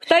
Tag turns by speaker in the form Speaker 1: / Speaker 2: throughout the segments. Speaker 1: 二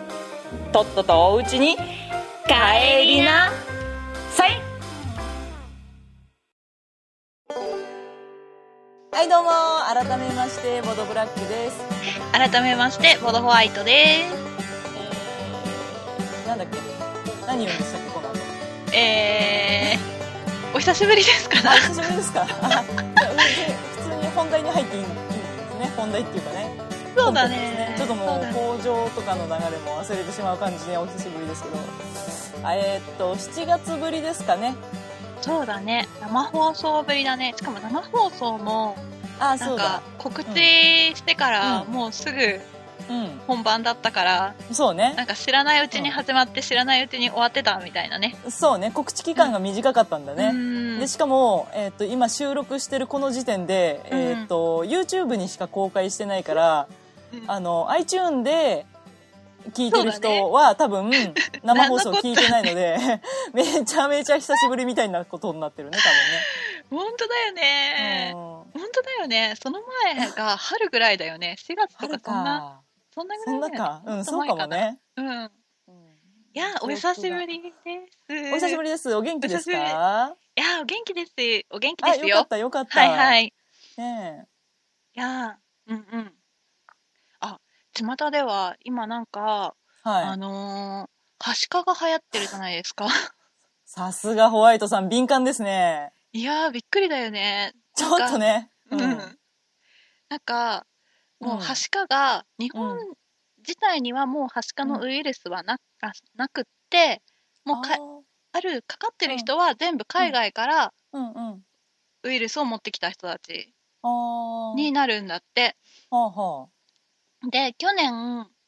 Speaker 1: とっととおうちに帰りなさいはいどうも改めましてボードブラックです
Speaker 2: 改めましてボドホワイトで
Speaker 1: なんだっけ何をしたっけこの後
Speaker 2: すえ ー、お久しぶりですか
Speaker 1: あ、
Speaker 2: な
Speaker 1: 久しぶりですか。あ普通に本題に入っていいんですね。本題っていうかね。
Speaker 2: そうだね
Speaker 1: ちょっとも
Speaker 2: そうだ
Speaker 1: う
Speaker 2: ね
Speaker 1: 工場とかの流れも忘れてしまう感じでお久しぶりですけど。あえーっと7月ぶりですかね。
Speaker 2: そうだね生放送ぶりだねしかも生放送も
Speaker 1: あ、
Speaker 2: な
Speaker 1: そ
Speaker 2: ん
Speaker 1: うだ
Speaker 2: か。告知してから
Speaker 1: うん
Speaker 2: もうすぐ
Speaker 1: う
Speaker 2: 本番だったから、
Speaker 1: ん。そう
Speaker 2: なん
Speaker 1: ね。
Speaker 2: か知らないうちに始まって知らないうちに終わってたみたいなね
Speaker 1: そうね。告知期間が短かったんだ
Speaker 2: う
Speaker 1: ね。
Speaker 2: ん
Speaker 1: でしかも、えーっと今収録してるこの時点で、
Speaker 2: うん
Speaker 1: えーっと YouTube にしか公開してないから、
Speaker 2: うん
Speaker 1: あの iTune で聞いてる
Speaker 2: そうだね
Speaker 1: 人は、多分 生放送聞いてないのでめちゃめちゃ久しぶりみたいなことになってるね多分ね
Speaker 2: 本当だよね、、
Speaker 1: うん
Speaker 2: 本当だよねその前が春ぐらいだよね4月と
Speaker 1: 春
Speaker 2: かそんな
Speaker 1: か
Speaker 2: そんなぐ
Speaker 1: そんな
Speaker 2: ら
Speaker 1: い
Speaker 2: だ
Speaker 1: か
Speaker 2: よね
Speaker 1: うん
Speaker 2: ちょ
Speaker 1: そうかもね、
Speaker 2: っと前なうん
Speaker 1: うん
Speaker 2: いや、お久しぶりです。
Speaker 1: お久しぶ
Speaker 2: り。
Speaker 1: りですお元気です
Speaker 2: お久しぶり
Speaker 1: か
Speaker 2: いや、お元気です。お元気
Speaker 1: あ
Speaker 2: です
Speaker 1: よかっ
Speaker 2: よ。
Speaker 1: たよかった
Speaker 2: はいはい。い
Speaker 1: ね
Speaker 2: や、うんうん。あ、巷では、今なんか、
Speaker 1: えは
Speaker 2: あ
Speaker 1: い
Speaker 2: のー、可視化が流行ってるじゃないですか。
Speaker 1: さすがホワイトさん敏感ですね
Speaker 2: いやー、びっくりだよね。
Speaker 1: ちょっとね
Speaker 2: うん。なんか、もう、
Speaker 1: うん
Speaker 2: はしかが、日
Speaker 1: う
Speaker 2: 本自体にはもうはしかのウイルスはな、あなくって、もうか、ある、かかってる人は全部海外から
Speaker 1: あーうんうん
Speaker 2: ウイルスを持ってきた人たち
Speaker 1: あー
Speaker 2: になるんだって。
Speaker 1: はあは
Speaker 2: で、去年、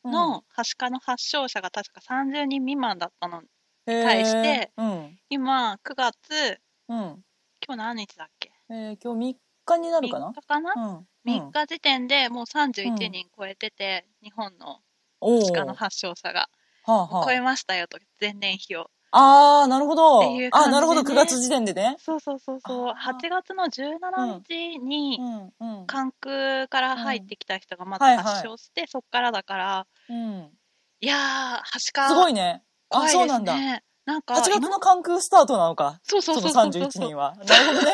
Speaker 1: あ
Speaker 2: のはしかの発症者が確か30人未満だったの
Speaker 1: に
Speaker 2: 対して
Speaker 1: うん
Speaker 2: 今9月
Speaker 1: うん
Speaker 2: 今日何日だっけ
Speaker 1: えー、今日3日にな
Speaker 2: 3
Speaker 1: るかな
Speaker 2: 日かな、
Speaker 1: う
Speaker 2: 3日時点でもう31人超えてて、日本の
Speaker 1: お
Speaker 2: はしか
Speaker 1: ー
Speaker 2: の
Speaker 1: は
Speaker 2: 発症者が
Speaker 1: あ
Speaker 2: 超
Speaker 1: は
Speaker 2: えましたよと前年比を
Speaker 1: あ、あーなるほど、
Speaker 2: っていう感じ
Speaker 1: あ
Speaker 2: でね
Speaker 1: なるほど9月時点でね
Speaker 2: そうそうそうそう
Speaker 1: あー
Speaker 2: 8月の17日に
Speaker 1: うんうん
Speaker 2: 関空から入ってきた人がまず
Speaker 1: はいはい
Speaker 2: 発症して、そっからだから
Speaker 1: うん
Speaker 2: いやーはしか
Speaker 1: すご
Speaker 2: い
Speaker 1: いねあ
Speaker 2: 怖いですね
Speaker 1: そうなんだ8
Speaker 2: なんか
Speaker 1: 月
Speaker 2: 今
Speaker 1: の関空スタートなのか
Speaker 2: そうそう
Speaker 1: そ
Speaker 2: そ
Speaker 1: の
Speaker 2: うそうそう
Speaker 1: 31人はなるほど ね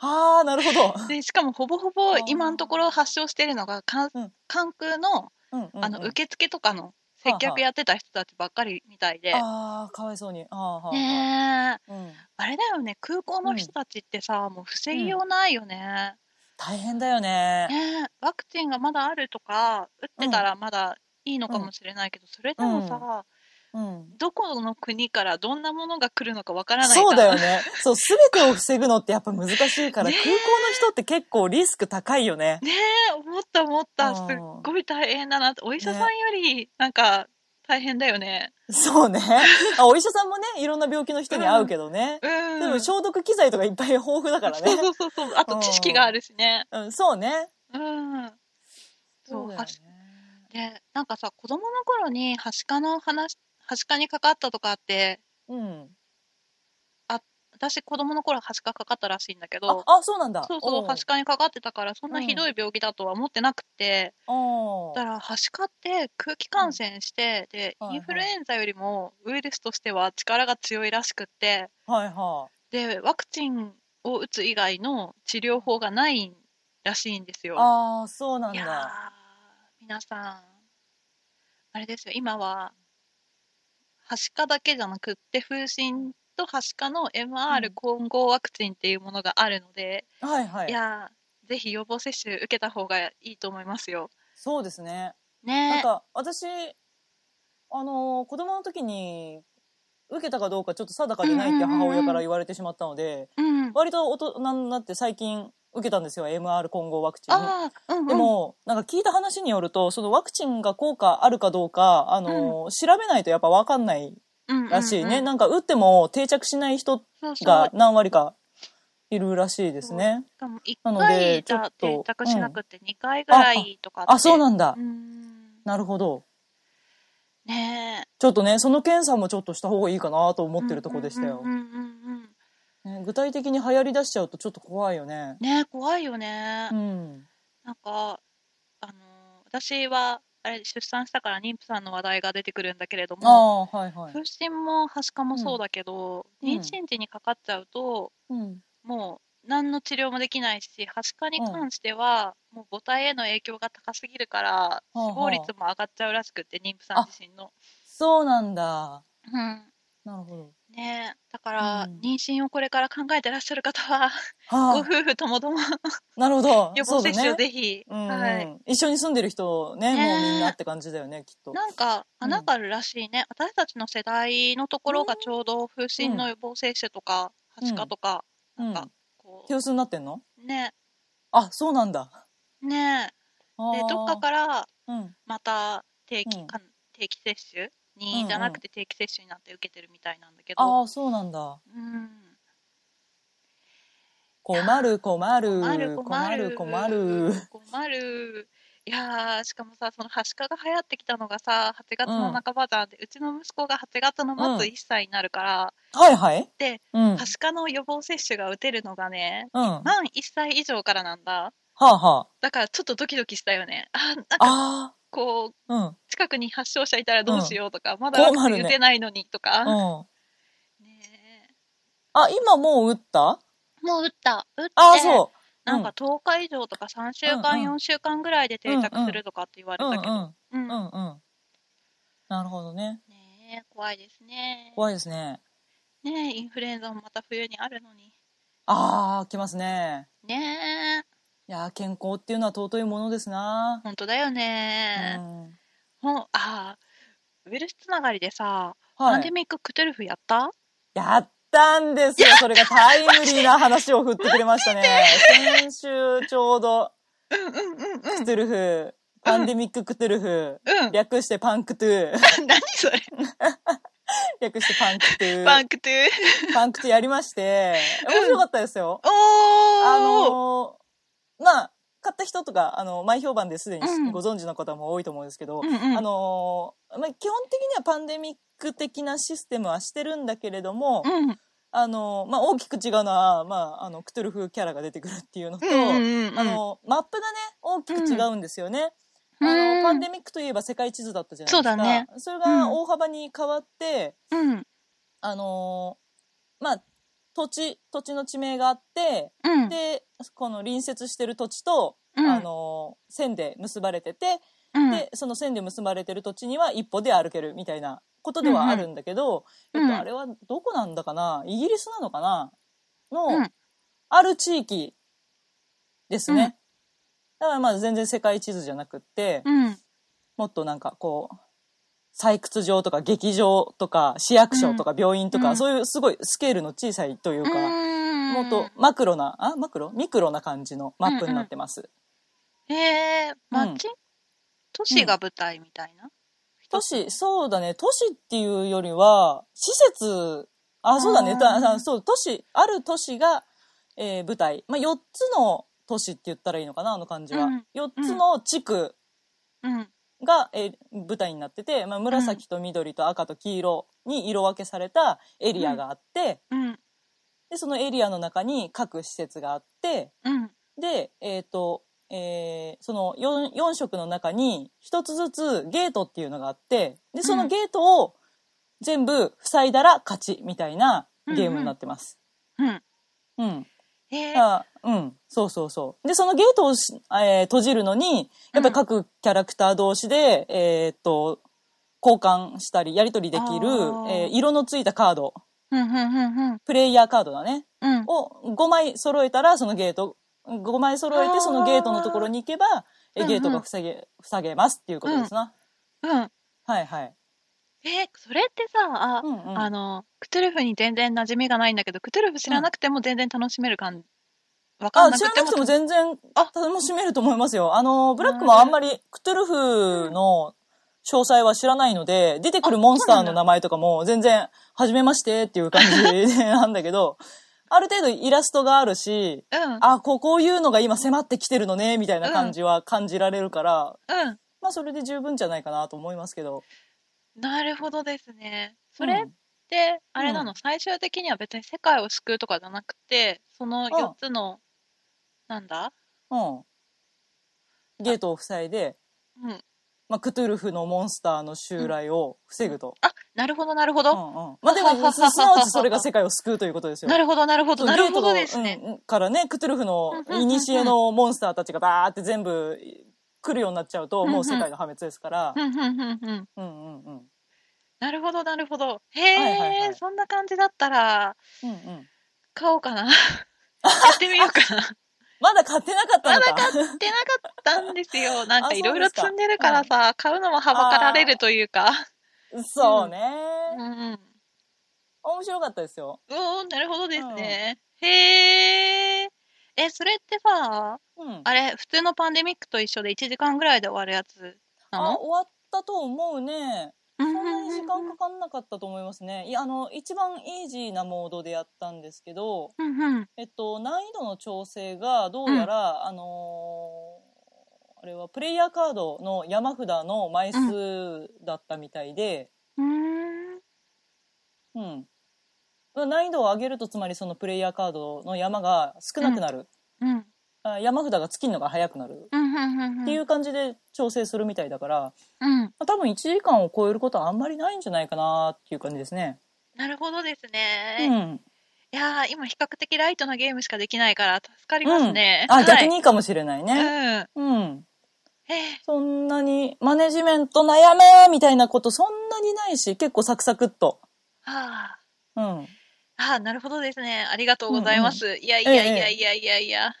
Speaker 1: ああなるほど
Speaker 2: でしかもほぼほぼ
Speaker 1: あー
Speaker 2: 今のところ発症してるのが関
Speaker 1: うん
Speaker 2: 関空の
Speaker 1: うんうんうん
Speaker 2: あの受付とかの接客やってた人たちばっかりみたいで、
Speaker 1: ああかわいそうにあーはあはあ
Speaker 2: ねえ
Speaker 1: うん、
Speaker 2: あれだよね空港の人たちってさ、もう防ぎようないよね,、
Speaker 1: 大変だよね
Speaker 2: ねえワクチンがまだあるとか打ってたらまだいいのかもしれないけど、それでもさ、
Speaker 1: うん
Speaker 2: どこの国からどんなものが来るのかわからないから
Speaker 1: そうだよね。そう、すべてを防ぐのってやっぱ難しいから、
Speaker 2: ねえ
Speaker 1: 空港の人って結構リスク高いよね。
Speaker 2: ねえ 思った思ったす
Speaker 1: う
Speaker 2: っ
Speaker 1: ん
Speaker 2: ごい大変だなってお医者さんよりなんか大変だよね。
Speaker 1: そう ね。あお医者さんもね、いろんな病気の人に会うけどね。
Speaker 2: うん、
Speaker 1: でも消毒機材とかいっぱい豊富だからね。
Speaker 2: そうそうそうそう。あと知識があるしね。
Speaker 1: うん、そうね。
Speaker 2: うん。そう、はし
Speaker 1: ね。
Speaker 2: で、なんかさ、子供の頃に、はしかの話、はしかにかかったとかって、
Speaker 1: うん。
Speaker 2: 私子供の頃はしかかかったらしいんだけ
Speaker 1: あ
Speaker 2: ど、、
Speaker 1: あそうなんだ。
Speaker 2: そうそう、はしかにかかってたから、そんなひどい病気だとは思ってなくて、
Speaker 1: おうおう
Speaker 2: だから、はしかって空気感染して、で、
Speaker 1: はいはい
Speaker 2: インフルエンザよりもウイルスとしては力が強いらしくって、
Speaker 1: はいは
Speaker 2: で、ワクチンを打つ以外の治療法がないらしいんです
Speaker 1: い。
Speaker 2: よ。
Speaker 1: ああ、そうなん
Speaker 2: いやー
Speaker 1: だ。
Speaker 2: 皆さんあれですよ今ははしかだけじゃなくって風疹とはしかの
Speaker 1: う
Speaker 2: MR
Speaker 1: ん
Speaker 2: 混合ワクチンっていうものがあるので、、
Speaker 1: はいはいい。
Speaker 2: やーぜひ予防接種受けた方がいいと思いますよ。
Speaker 1: そうですね。なん
Speaker 2: ね
Speaker 1: か、私、あのー、子供の時に、受けたかどうかちょっと定かじゃないって母親から言われてしまったので、
Speaker 2: うん
Speaker 1: 割と大人になって最近受けたんですよ MR 混合ワクチン。
Speaker 2: ああ、うんうん、
Speaker 1: でも、なんか聞いた話によると、そのワクチンが効果あるかどうか、あの、調べないとやっぱ分かんない
Speaker 2: うんうんうん、
Speaker 1: らしいね。なんか打っても定着しない人
Speaker 2: そうそう
Speaker 1: が何割かいるらしいですね。
Speaker 2: しかも1
Speaker 1: なので
Speaker 2: 回
Speaker 1: ち
Speaker 2: じ
Speaker 1: ょっ
Speaker 2: ゃ
Speaker 1: と
Speaker 2: 定着しなくて2回ぐらいとかって、
Speaker 1: あ、そうなんだ
Speaker 2: う。ん
Speaker 1: なるほど。
Speaker 2: ねえ
Speaker 1: ちょっとね、その検査もちょっとした方がいいかなと思ってるとこでしたよ
Speaker 2: うん。うんうんうん
Speaker 1: ね具体的に流行り出しちゃうとちょっと怖いよね。
Speaker 2: ねえ怖いよね、
Speaker 1: うん。
Speaker 2: なんかあの私はあれ出産したから妊婦さんの話題が出てくるんだけれど
Speaker 1: あ
Speaker 2: も
Speaker 1: あ、はいはい。
Speaker 2: 風疹もはしかもそうだけど、
Speaker 1: うん
Speaker 2: 妊娠時にかかっちゃうと
Speaker 1: うん。
Speaker 2: もう何の治療もできないしはしかに関しては、もう母体への影響が高すぎるから
Speaker 1: あはあ
Speaker 2: 死亡率も上がっちゃうらしくって妊婦さん自身の。
Speaker 1: そうなんだ。
Speaker 2: うん
Speaker 1: なるほど。
Speaker 2: ねえ、だから、
Speaker 1: うん
Speaker 2: 妊娠をこれから考えてらっしゃる方は、ご
Speaker 1: は
Speaker 2: 夫婦ともども
Speaker 1: あ、なるほど。
Speaker 2: 予
Speaker 1: そ
Speaker 2: 防
Speaker 1: うだ
Speaker 2: 接種
Speaker 1: ね
Speaker 2: をぜひ、
Speaker 1: うんうん
Speaker 2: はい。
Speaker 1: 一緒に住んでる人ね
Speaker 2: ね
Speaker 1: もうみんなって感じだよねきっと。
Speaker 2: なんか穴があるらしいね、私たちの世代のところがちょうど風疹の予防接種とか、
Speaker 1: うん
Speaker 2: はしかとか、
Speaker 1: うん
Speaker 2: なんかこ
Speaker 1: 手薄になってんの
Speaker 2: う、ね
Speaker 1: あそうなんだ。
Speaker 2: え、ねえ、で
Speaker 1: あー
Speaker 2: どっかから
Speaker 1: うん、
Speaker 2: また定期,、
Speaker 1: うん
Speaker 2: かん定期接種
Speaker 1: うん
Speaker 2: に、
Speaker 1: うん
Speaker 2: じゃなくて定期接種になって受けてるみたいなんだけど、
Speaker 1: あーそうなんだ。
Speaker 2: うん、
Speaker 1: 困る困る
Speaker 2: 困る困る
Speaker 1: 困る困る
Speaker 2: 困るいやーしかもさそのはしかが流行ってきたのがさ8月の半ばじゃんで、うちの息子が8月の
Speaker 1: うん
Speaker 2: 末1歳になるから、
Speaker 1: はいはい。
Speaker 2: で
Speaker 1: うんうん。
Speaker 2: はしかの予防接種が打てるのがね
Speaker 1: は
Speaker 2: 満1歳以上からなんだ
Speaker 1: あはあ。
Speaker 2: だからちょっとドキドキしたよねあなんか
Speaker 1: あ
Speaker 2: こう
Speaker 1: あうん
Speaker 2: 近くに発症者いたらどうしようとか、まだ
Speaker 1: 困
Speaker 2: ワ
Speaker 1: るね
Speaker 2: クチン打てないのにとか、
Speaker 1: うん。
Speaker 2: ね
Speaker 1: あ今もう打った？
Speaker 2: えもう打った打って
Speaker 1: あーそう。
Speaker 2: なんか10日以上とか3週
Speaker 1: う
Speaker 2: 間、
Speaker 1: んうん
Speaker 2: 4週間ぐらいで定着するとかって言われ
Speaker 1: うんうん
Speaker 2: たけど、
Speaker 1: う
Speaker 2: うん
Speaker 1: んうん。なるほどね。
Speaker 2: ねえ怖いですね
Speaker 1: 怖いですね。
Speaker 2: ねえインフルエンザもまた冬にあるのに
Speaker 1: ああ来ますね。
Speaker 2: ねえ
Speaker 1: いやー健康っていうのは尊いものですな。
Speaker 2: 本当だよ
Speaker 1: う
Speaker 2: ね、
Speaker 1: ん。
Speaker 2: ほん、あーウイルスつながりでさ、パ
Speaker 1: は
Speaker 2: ンデ
Speaker 1: い。
Speaker 2: ミッククトゥルフやった
Speaker 1: やったんですよ。それがタイムリーな話を振ってくれました ね。先週ちょうど、クトゥルフ、パンデミッククトゥルフ、
Speaker 2: うん
Speaker 1: 略してパンクトゥ、
Speaker 2: 何それ
Speaker 1: 略してパンクトゥ、
Speaker 2: パンクトゥ
Speaker 1: パンクトゥやりまして、面白かったですよ。あ
Speaker 2: おー
Speaker 1: のーまあ、買った人とか、あの、前評判ですで
Speaker 2: うん
Speaker 1: にご存知の方も多いと思うんですけど、
Speaker 2: うんうん
Speaker 1: あのーまあ、基本的にはパンデミック的なシステムはしてるんだけれども、
Speaker 2: うん
Speaker 1: あのまあ、大きく違うのは、まあ、あのクトゥルフキャラが出てくるっていうのと、
Speaker 2: うんうん
Speaker 1: あのマップがね大きく違うんですよね、
Speaker 2: うん
Speaker 1: あ
Speaker 2: うん
Speaker 1: のパンデミックといえば世界地図だったじゃないですか
Speaker 2: そうだね
Speaker 1: それが大幅に変わって、
Speaker 2: うん
Speaker 1: あのまあ土地土地の地名があって
Speaker 2: うん
Speaker 1: でこの隣接してる土地と、
Speaker 2: うん
Speaker 1: あの線で結ばれてて、
Speaker 2: うん
Speaker 1: でその線で結ばれてる土地には一歩で歩けるみたいなことではあるんだけど、
Speaker 2: うんうん
Speaker 1: えっと、あれはどこなんだかなイギリスなのかな
Speaker 2: う
Speaker 1: の
Speaker 2: ん
Speaker 1: ある地域ですね、
Speaker 2: うん
Speaker 1: だからまあ全然世界地図じゃなくって、
Speaker 2: うん
Speaker 1: もっとなんかこう採掘場とか劇場とか市役所とか病院とか、
Speaker 2: うん
Speaker 1: そういうすごいスケールの小さいというか、
Speaker 2: うん
Speaker 1: もっとマクロなあマクロミクロな感じのマップになってます、
Speaker 2: へえ町、都市が舞台みたいな、
Speaker 1: 都市、そうだね。都市っていうよりは、施設、あ、そうだね。
Speaker 2: あー
Speaker 1: だだそう、都市、ある都市が、えー舞台。まあ、4つの都市って言ったらいいのかな、あの感じは。
Speaker 2: うん
Speaker 1: 4つの地区
Speaker 2: うん
Speaker 1: が、えー舞台になってて、まあ、紫と緑と赤と黄色に色分けされたエリアがあって、
Speaker 2: うん
Speaker 1: で、そのエリアの中に各施設があって、
Speaker 2: うん
Speaker 1: で、えっ、と、えーその 4, 4色の中に1つずつゲートっていうのがあってでそのゲートを全部塞いだら勝ちみたいなゲームになってます。
Speaker 2: うん
Speaker 1: うん
Speaker 2: へえ
Speaker 1: あうん、そうそうそう。でそのゲートをし、えー閉じるのにやっぱり各キャラクター同士で、えーっと交換したりやり取りできる
Speaker 2: あ、ー
Speaker 1: えー色のついたカード
Speaker 2: うんうんうんうん
Speaker 1: プレイヤーカードだね
Speaker 2: うん
Speaker 1: を5枚揃えたらそのゲート5枚揃え
Speaker 2: あー
Speaker 1: てそのゲートのところに行けば
Speaker 2: う
Speaker 1: え
Speaker 2: んうん
Speaker 1: ゲートが塞げ,、塞げますっていうことですな、
Speaker 2: うん
Speaker 1: はいはい、
Speaker 2: えーそれってさあ、
Speaker 1: うんうん、
Speaker 2: あのクトゥルフに全然馴染みがないんだけどクトゥルフ知らなくても全然楽しめる感わかん
Speaker 1: あ、
Speaker 2: な
Speaker 1: 知ら
Speaker 2: く
Speaker 1: な
Speaker 2: て
Speaker 1: くても
Speaker 2: も。
Speaker 1: 全然
Speaker 2: あ
Speaker 1: 楽しめると思いますよ。あの、ブラックもあんまりクトゥルフの詳細は知らないので、出てくるモンスターの名前とかも全然、初めましてっていう感じなんだけど、 ある程度イラストがあるし、
Speaker 2: うん。
Speaker 1: あ、こうこういうのが今迫ってきてるのね、みたいな感じは感じられるから、
Speaker 2: うん。
Speaker 1: まあそれで十分じゃないかなと思いますけど。
Speaker 2: なるほどですね。それっ
Speaker 1: うん
Speaker 2: て、あれな
Speaker 1: う
Speaker 2: の、最終的には別に世界を救うとかじゃなくて、その4つの、なんだ
Speaker 1: うん。ゲートを塞いで、
Speaker 2: うん。
Speaker 1: まあ、クトゥルフのモンスターの襲来を防ぐと。
Speaker 2: あ、なるほど、なるほ
Speaker 1: うん
Speaker 2: ど。
Speaker 1: うん。まあ、でも、す すなわちそれが世界を救うということですよ。
Speaker 2: なるほど、なるほ
Speaker 1: そ
Speaker 2: ど、
Speaker 1: う
Speaker 2: なるほど
Speaker 1: ゲ
Speaker 2: で
Speaker 1: ート
Speaker 2: す
Speaker 1: の
Speaker 2: ね。
Speaker 1: うんからね、クトゥルフの
Speaker 2: うんうんうんうん
Speaker 1: 古のモンスターたちがバーって全部来るようになっちゃうと、
Speaker 2: うんうん
Speaker 1: もう世界が破滅ですから
Speaker 2: う。ん、うん、うん、うん。
Speaker 1: うんうんうん。
Speaker 2: なるほど、なるほど。
Speaker 1: はいはい
Speaker 2: へ
Speaker 1: は
Speaker 2: え、
Speaker 1: い
Speaker 2: そんな感じだったら、
Speaker 1: うんうん。
Speaker 2: 買おう かな。やってみようかな。
Speaker 1: まだ買ってなかったのか。
Speaker 2: 買ってなかったんですよ。なん
Speaker 1: あ
Speaker 2: かいろいろ
Speaker 1: そうですか
Speaker 2: 積んでるからさ、買うのもはばかられるというか。
Speaker 1: そうね、
Speaker 2: うんうん。
Speaker 1: 面白かったですよ。
Speaker 2: おー、なるほどですね。へえ。え、それってさ、
Speaker 1: うん。
Speaker 2: あれ、普通のパンデミックと一緒で1時間ぐらいで終わるやつな
Speaker 1: あ
Speaker 2: の
Speaker 1: 終わったと思うね。
Speaker 2: そ
Speaker 1: そんなに時間かかんなかったと思いますね。いや、あの、一番イージーなモードでやったんですけど、
Speaker 2: うんうん。
Speaker 1: えっと、難易度の調整がどうやら、あのーあれはプレイヤーカードの山札の枚数だったみたいで、
Speaker 2: うーん。
Speaker 1: うん。難易度を上げるとつまりそのプレイヤーカードの山が少なくなる、
Speaker 2: うん。
Speaker 1: あ山札が尽きるのが早くなる
Speaker 2: うんうんうんうん。
Speaker 1: っていう感じで調整するみたいだから、
Speaker 2: うん。
Speaker 1: まあ多分1時間を超えることはあんまりないんじゃないかなっていう感じですね。
Speaker 2: なるほどです
Speaker 1: う
Speaker 2: ね。
Speaker 1: ん。
Speaker 2: いやー、今比較的ライトなゲームしかできないから助かりますね。は
Speaker 1: あ、
Speaker 2: い
Speaker 1: 逆にいいかもしれない
Speaker 2: うん。
Speaker 1: ね。
Speaker 2: へ
Speaker 1: うん。
Speaker 2: え。
Speaker 1: そんなに、マネジメント悩めみたいなことそんなにないし、結構サクサクっと。
Speaker 2: ああ。
Speaker 1: うん。
Speaker 2: ああ、なるほどですね。ありがとうございます。いやい
Speaker 1: え
Speaker 2: や
Speaker 1: え
Speaker 2: いやいやいやいや。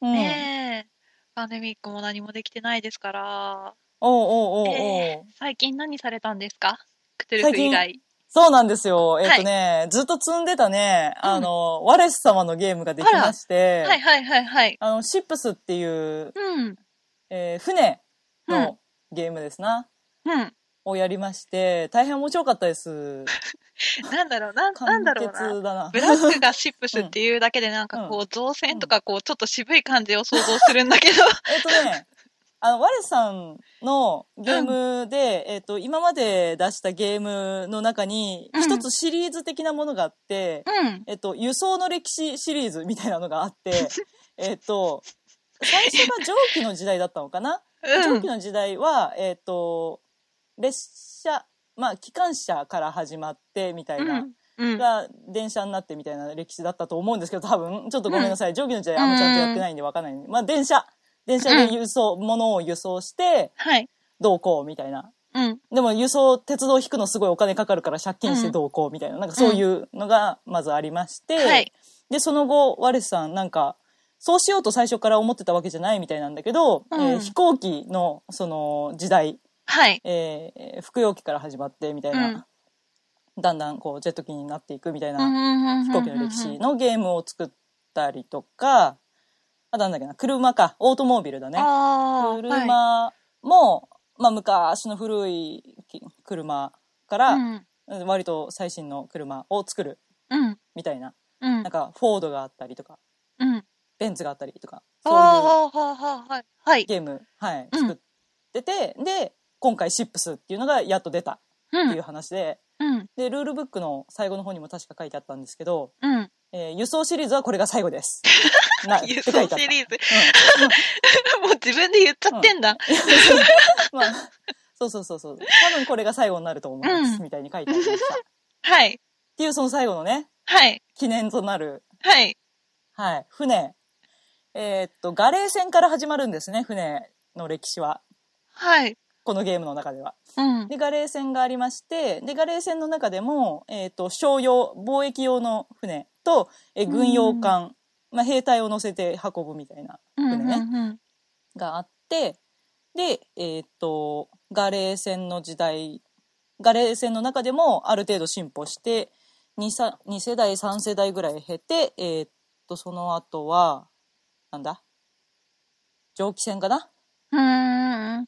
Speaker 1: うん。
Speaker 2: ねえ。パンデミックも何もできてないですから。
Speaker 1: おうおうおうおう、
Speaker 2: ええ最近何されたんですかクトゥル
Speaker 1: 最
Speaker 2: フ
Speaker 1: 近
Speaker 2: 以外。
Speaker 1: そうなんですよ。えっ、とね、ずっと積んでたね、あの、ワレス様のゲームができまして、
Speaker 2: はいはいはいはい。
Speaker 1: あの、シップスっていう、
Speaker 2: うん。
Speaker 1: えー船
Speaker 2: うん
Speaker 1: のゲームですな、
Speaker 2: うん。
Speaker 1: をやりまして、大変面白かったです。
Speaker 2: なんだろう、なん、なん
Speaker 1: 簡
Speaker 2: だろうな。
Speaker 1: 潔だな。
Speaker 2: ブラックがシップスっていうだけでなんかこう造船とかこうちょっと渋い感じを想像するんだけど。
Speaker 1: えっとね、あの、ワレさんのゲームで、えっと、今まで出したゲームの中に、
Speaker 2: うん
Speaker 1: 一つシリーズ的なものがあって、
Speaker 2: うん。
Speaker 1: えっと、輸送の歴史シリーズみたいなのがあ って、えっと、最初が蒸気の時代だったのかな、
Speaker 2: う
Speaker 1: 蒸
Speaker 2: ん
Speaker 1: 気。の時代は、えっと、列車、まあ、機関車から始まって、みたいな。
Speaker 2: うん。
Speaker 1: が電車になってみたいな歴史だったと思うんですけど多分ちょっとごめんなさい、上下の時代あんまちゃんとやってないんでわかんない、まあ電車電車で輸送、物を輸送して
Speaker 2: はい。
Speaker 1: どうこうみたいな
Speaker 2: うん。
Speaker 1: でも輸送鉄道引くのすごいお金かかるから借金してどうこうみたいな、なんかそういうのがまずありまして、
Speaker 2: はい。
Speaker 1: でその後ワレスさんなんかそうしようと最初から思ってたわけじゃないみたいなんだけど、
Speaker 2: うん
Speaker 1: えー飛行機のその時代
Speaker 2: はい。
Speaker 1: えー服用機から始まってみたいな、だんだんこうジェット機になっていくみたいな、飛
Speaker 2: 飛
Speaker 1: 行機の歴史のゲームを作ったりとか、あとなんだっけな、車か、オートモービルだね。
Speaker 2: ああ、はい
Speaker 1: 車も、まあ昔の古いき車から、割と最新の車を作る
Speaker 2: うん、
Speaker 1: みたいな、
Speaker 2: うん、
Speaker 1: なんかフォードがあったりとか、
Speaker 2: うん。
Speaker 1: ベンツがあったりとか、そ
Speaker 2: あ
Speaker 1: ういう
Speaker 2: あ、はいはいはい。はい。
Speaker 1: ゲーム、はい、
Speaker 2: うん
Speaker 1: 作ってて、で、今回シップスっていうのがやっと出た
Speaker 2: う、
Speaker 1: っていうん話で、
Speaker 2: うん、
Speaker 1: で、ルールブックの最後の方にも確か書いてあったんですけど、
Speaker 2: うん。
Speaker 1: えー輸送シリーズはこれが最後 です。なって
Speaker 2: 輸
Speaker 1: 書い
Speaker 2: 送
Speaker 1: てあった
Speaker 2: シリーズ。
Speaker 1: うん
Speaker 2: もう自分で言っちゃってんだ。
Speaker 1: まあ、そうそうそうそう。多分これが最後になると思います、
Speaker 2: うん
Speaker 1: みたいに書いてありました。っ
Speaker 2: はい、
Speaker 1: ていうその最後のね、
Speaker 2: はい、
Speaker 1: 記念となる、
Speaker 2: はい。
Speaker 1: はい、船。えーっと、ガレー船から始まるんですね、船の歴史は。
Speaker 2: はい。
Speaker 1: このゲームの中では。
Speaker 2: うん、
Speaker 1: で、ガレー船がありまして、で、ガレー船の中でも、えーっと、商用、貿易用の船と、えー軍用艦、まあ、兵隊を乗せて運ぶみたいな
Speaker 2: うん、う
Speaker 1: 船ね。
Speaker 2: ん、
Speaker 1: があってでえーっとガレー船の時代ガレー船の中でもある程度進歩して 2, さ2世代3世代ぐらい経てえーっとその後はなんだ蒸気船かな
Speaker 2: うーん。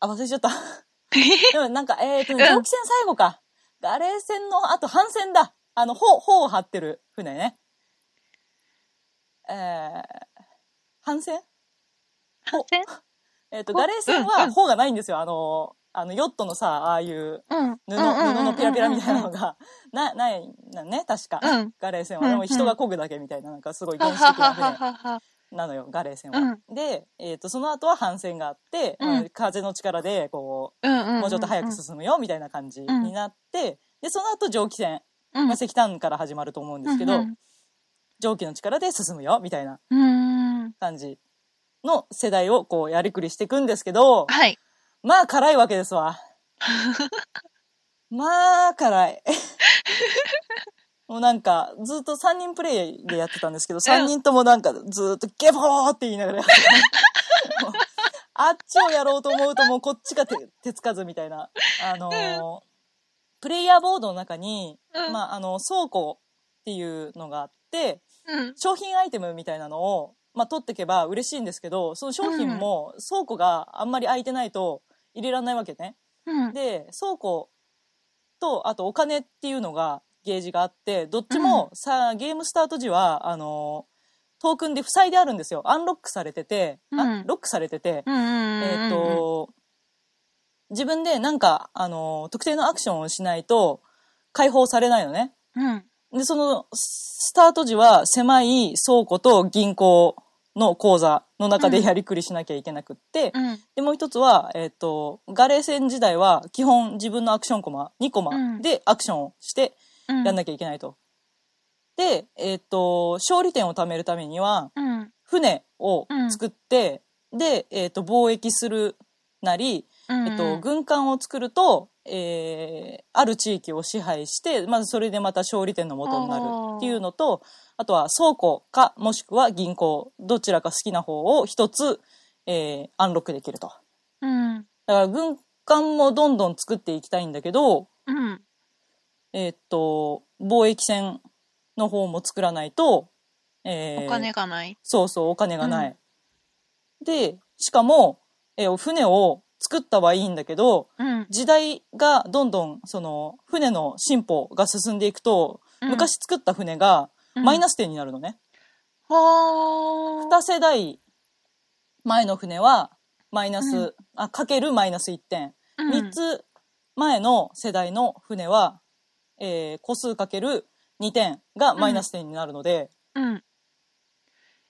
Speaker 1: あ、忘れちゃった。 でもなんか、えーとね、
Speaker 2: うん
Speaker 1: 蒸気船最後か。ガレー船の、あと帆船だ。あの、帆、帆を張ってる船ね。えー、帆船
Speaker 2: 帆船
Speaker 1: えっ、と、
Speaker 2: 帆
Speaker 1: ガレー船
Speaker 2: うんう
Speaker 1: は
Speaker 2: ん
Speaker 1: 帆がないんですよ。あの、あの、ヨットのさ、ああいう
Speaker 2: うん。
Speaker 1: 布、
Speaker 2: うんうんうん
Speaker 1: 布のピラピラみたいなのが、 な、ない、なんね、確か。
Speaker 2: うん
Speaker 1: ガレー船
Speaker 2: う
Speaker 1: は。
Speaker 2: ん
Speaker 1: で
Speaker 2: う
Speaker 1: も
Speaker 2: ん
Speaker 1: 人が漕ぐだけみたいな、なんかすごい
Speaker 2: は
Speaker 1: 原始
Speaker 2: は
Speaker 1: 的
Speaker 2: は
Speaker 1: な
Speaker 2: は
Speaker 1: 船
Speaker 2: はは。
Speaker 1: なのよ、ガレー船は。
Speaker 2: う
Speaker 1: で、えっ、と、その後は帆船があって、
Speaker 2: うん
Speaker 1: まあ風の力で、こう、
Speaker 2: うんうんん。
Speaker 1: もうちょっと早く進むよみたいな感じになって、でその後蒸気船、
Speaker 2: む
Speaker 1: まあ、石炭から始まると思うんですけど、蒸気の力で進むよみたいな
Speaker 2: うんうん。
Speaker 1: 感じの世代をこうやりくりしていくんですけど
Speaker 2: はい。
Speaker 1: まあ辛いわけです わまあ辛いもうなんかずっと3人プレイでやってたんですけど3人ともなんかずっとゲボーって言いながらやってたもうあっちをやろうと思うともうこっちが手手つかずみたいなあのープレイヤーボードの中に、
Speaker 2: うん
Speaker 1: まあ、あの倉庫っていうのがあって
Speaker 2: うん。
Speaker 1: 商品アイテムみたいなのを、まあ、取ってけば嬉しいんですけどその商品も倉庫があんまり空いてないと入れられないわけね。
Speaker 2: うん。
Speaker 1: で倉庫とあとお金っていうのがゲージがあってどっちもさ、ゲームスタート時はあのトークンで塞いであるんですよアンロックされてて、あ
Speaker 2: うん
Speaker 1: ロックされてて、
Speaker 2: うんうんうんうん。
Speaker 1: えっ、と自分でなんかあの特定のアクションをしないと解放されないのね。
Speaker 2: うん。
Speaker 1: で、その、ススタート時は狭い倉庫と銀行の口座の中
Speaker 2: う
Speaker 1: で
Speaker 2: ん
Speaker 1: やりくりしなきゃいけなくって、
Speaker 2: うん。
Speaker 1: で、もう一つは、えっ、と、ガレー戦時代は基本自分のアクションコマ、2コ
Speaker 2: うん
Speaker 1: マでアクションをして
Speaker 2: うん。
Speaker 1: やんなきゃいけないと。で、えっ、と、勝利点を貯めるためには、
Speaker 2: うん。
Speaker 1: 船を作って、で、えっ、と、貿易するなり、
Speaker 2: うん。
Speaker 1: えっと、軍艦を作ると、えーある地域を支配して、まずそれでまた勝利点の元になるっていうのと、あとは倉庫か、もしくは銀行、どちらか好きな方を一つ、えーアンロックできると。だ
Speaker 2: うん。
Speaker 1: から軍艦もどんどん作っていきたいんだけど、
Speaker 2: うん。
Speaker 1: えーっと、貿易船の方も作らないと、えー
Speaker 2: お金がない。
Speaker 1: そうそう、お金がない。で、しかも、えー船を作ったはいいんだけど、
Speaker 2: うん。
Speaker 1: 時代がどんどんその船の進歩が進んでいくと、
Speaker 2: うん
Speaker 1: 昔作った船がマイナス点になるのね、
Speaker 2: は
Speaker 1: 2世代前の船はマイナス、
Speaker 2: うん
Speaker 1: あかけるマイナス1点、
Speaker 2: あ。
Speaker 1: 3つ前の世代の船は、えー個数かける2点がマイナス点になるので、
Speaker 2: うん。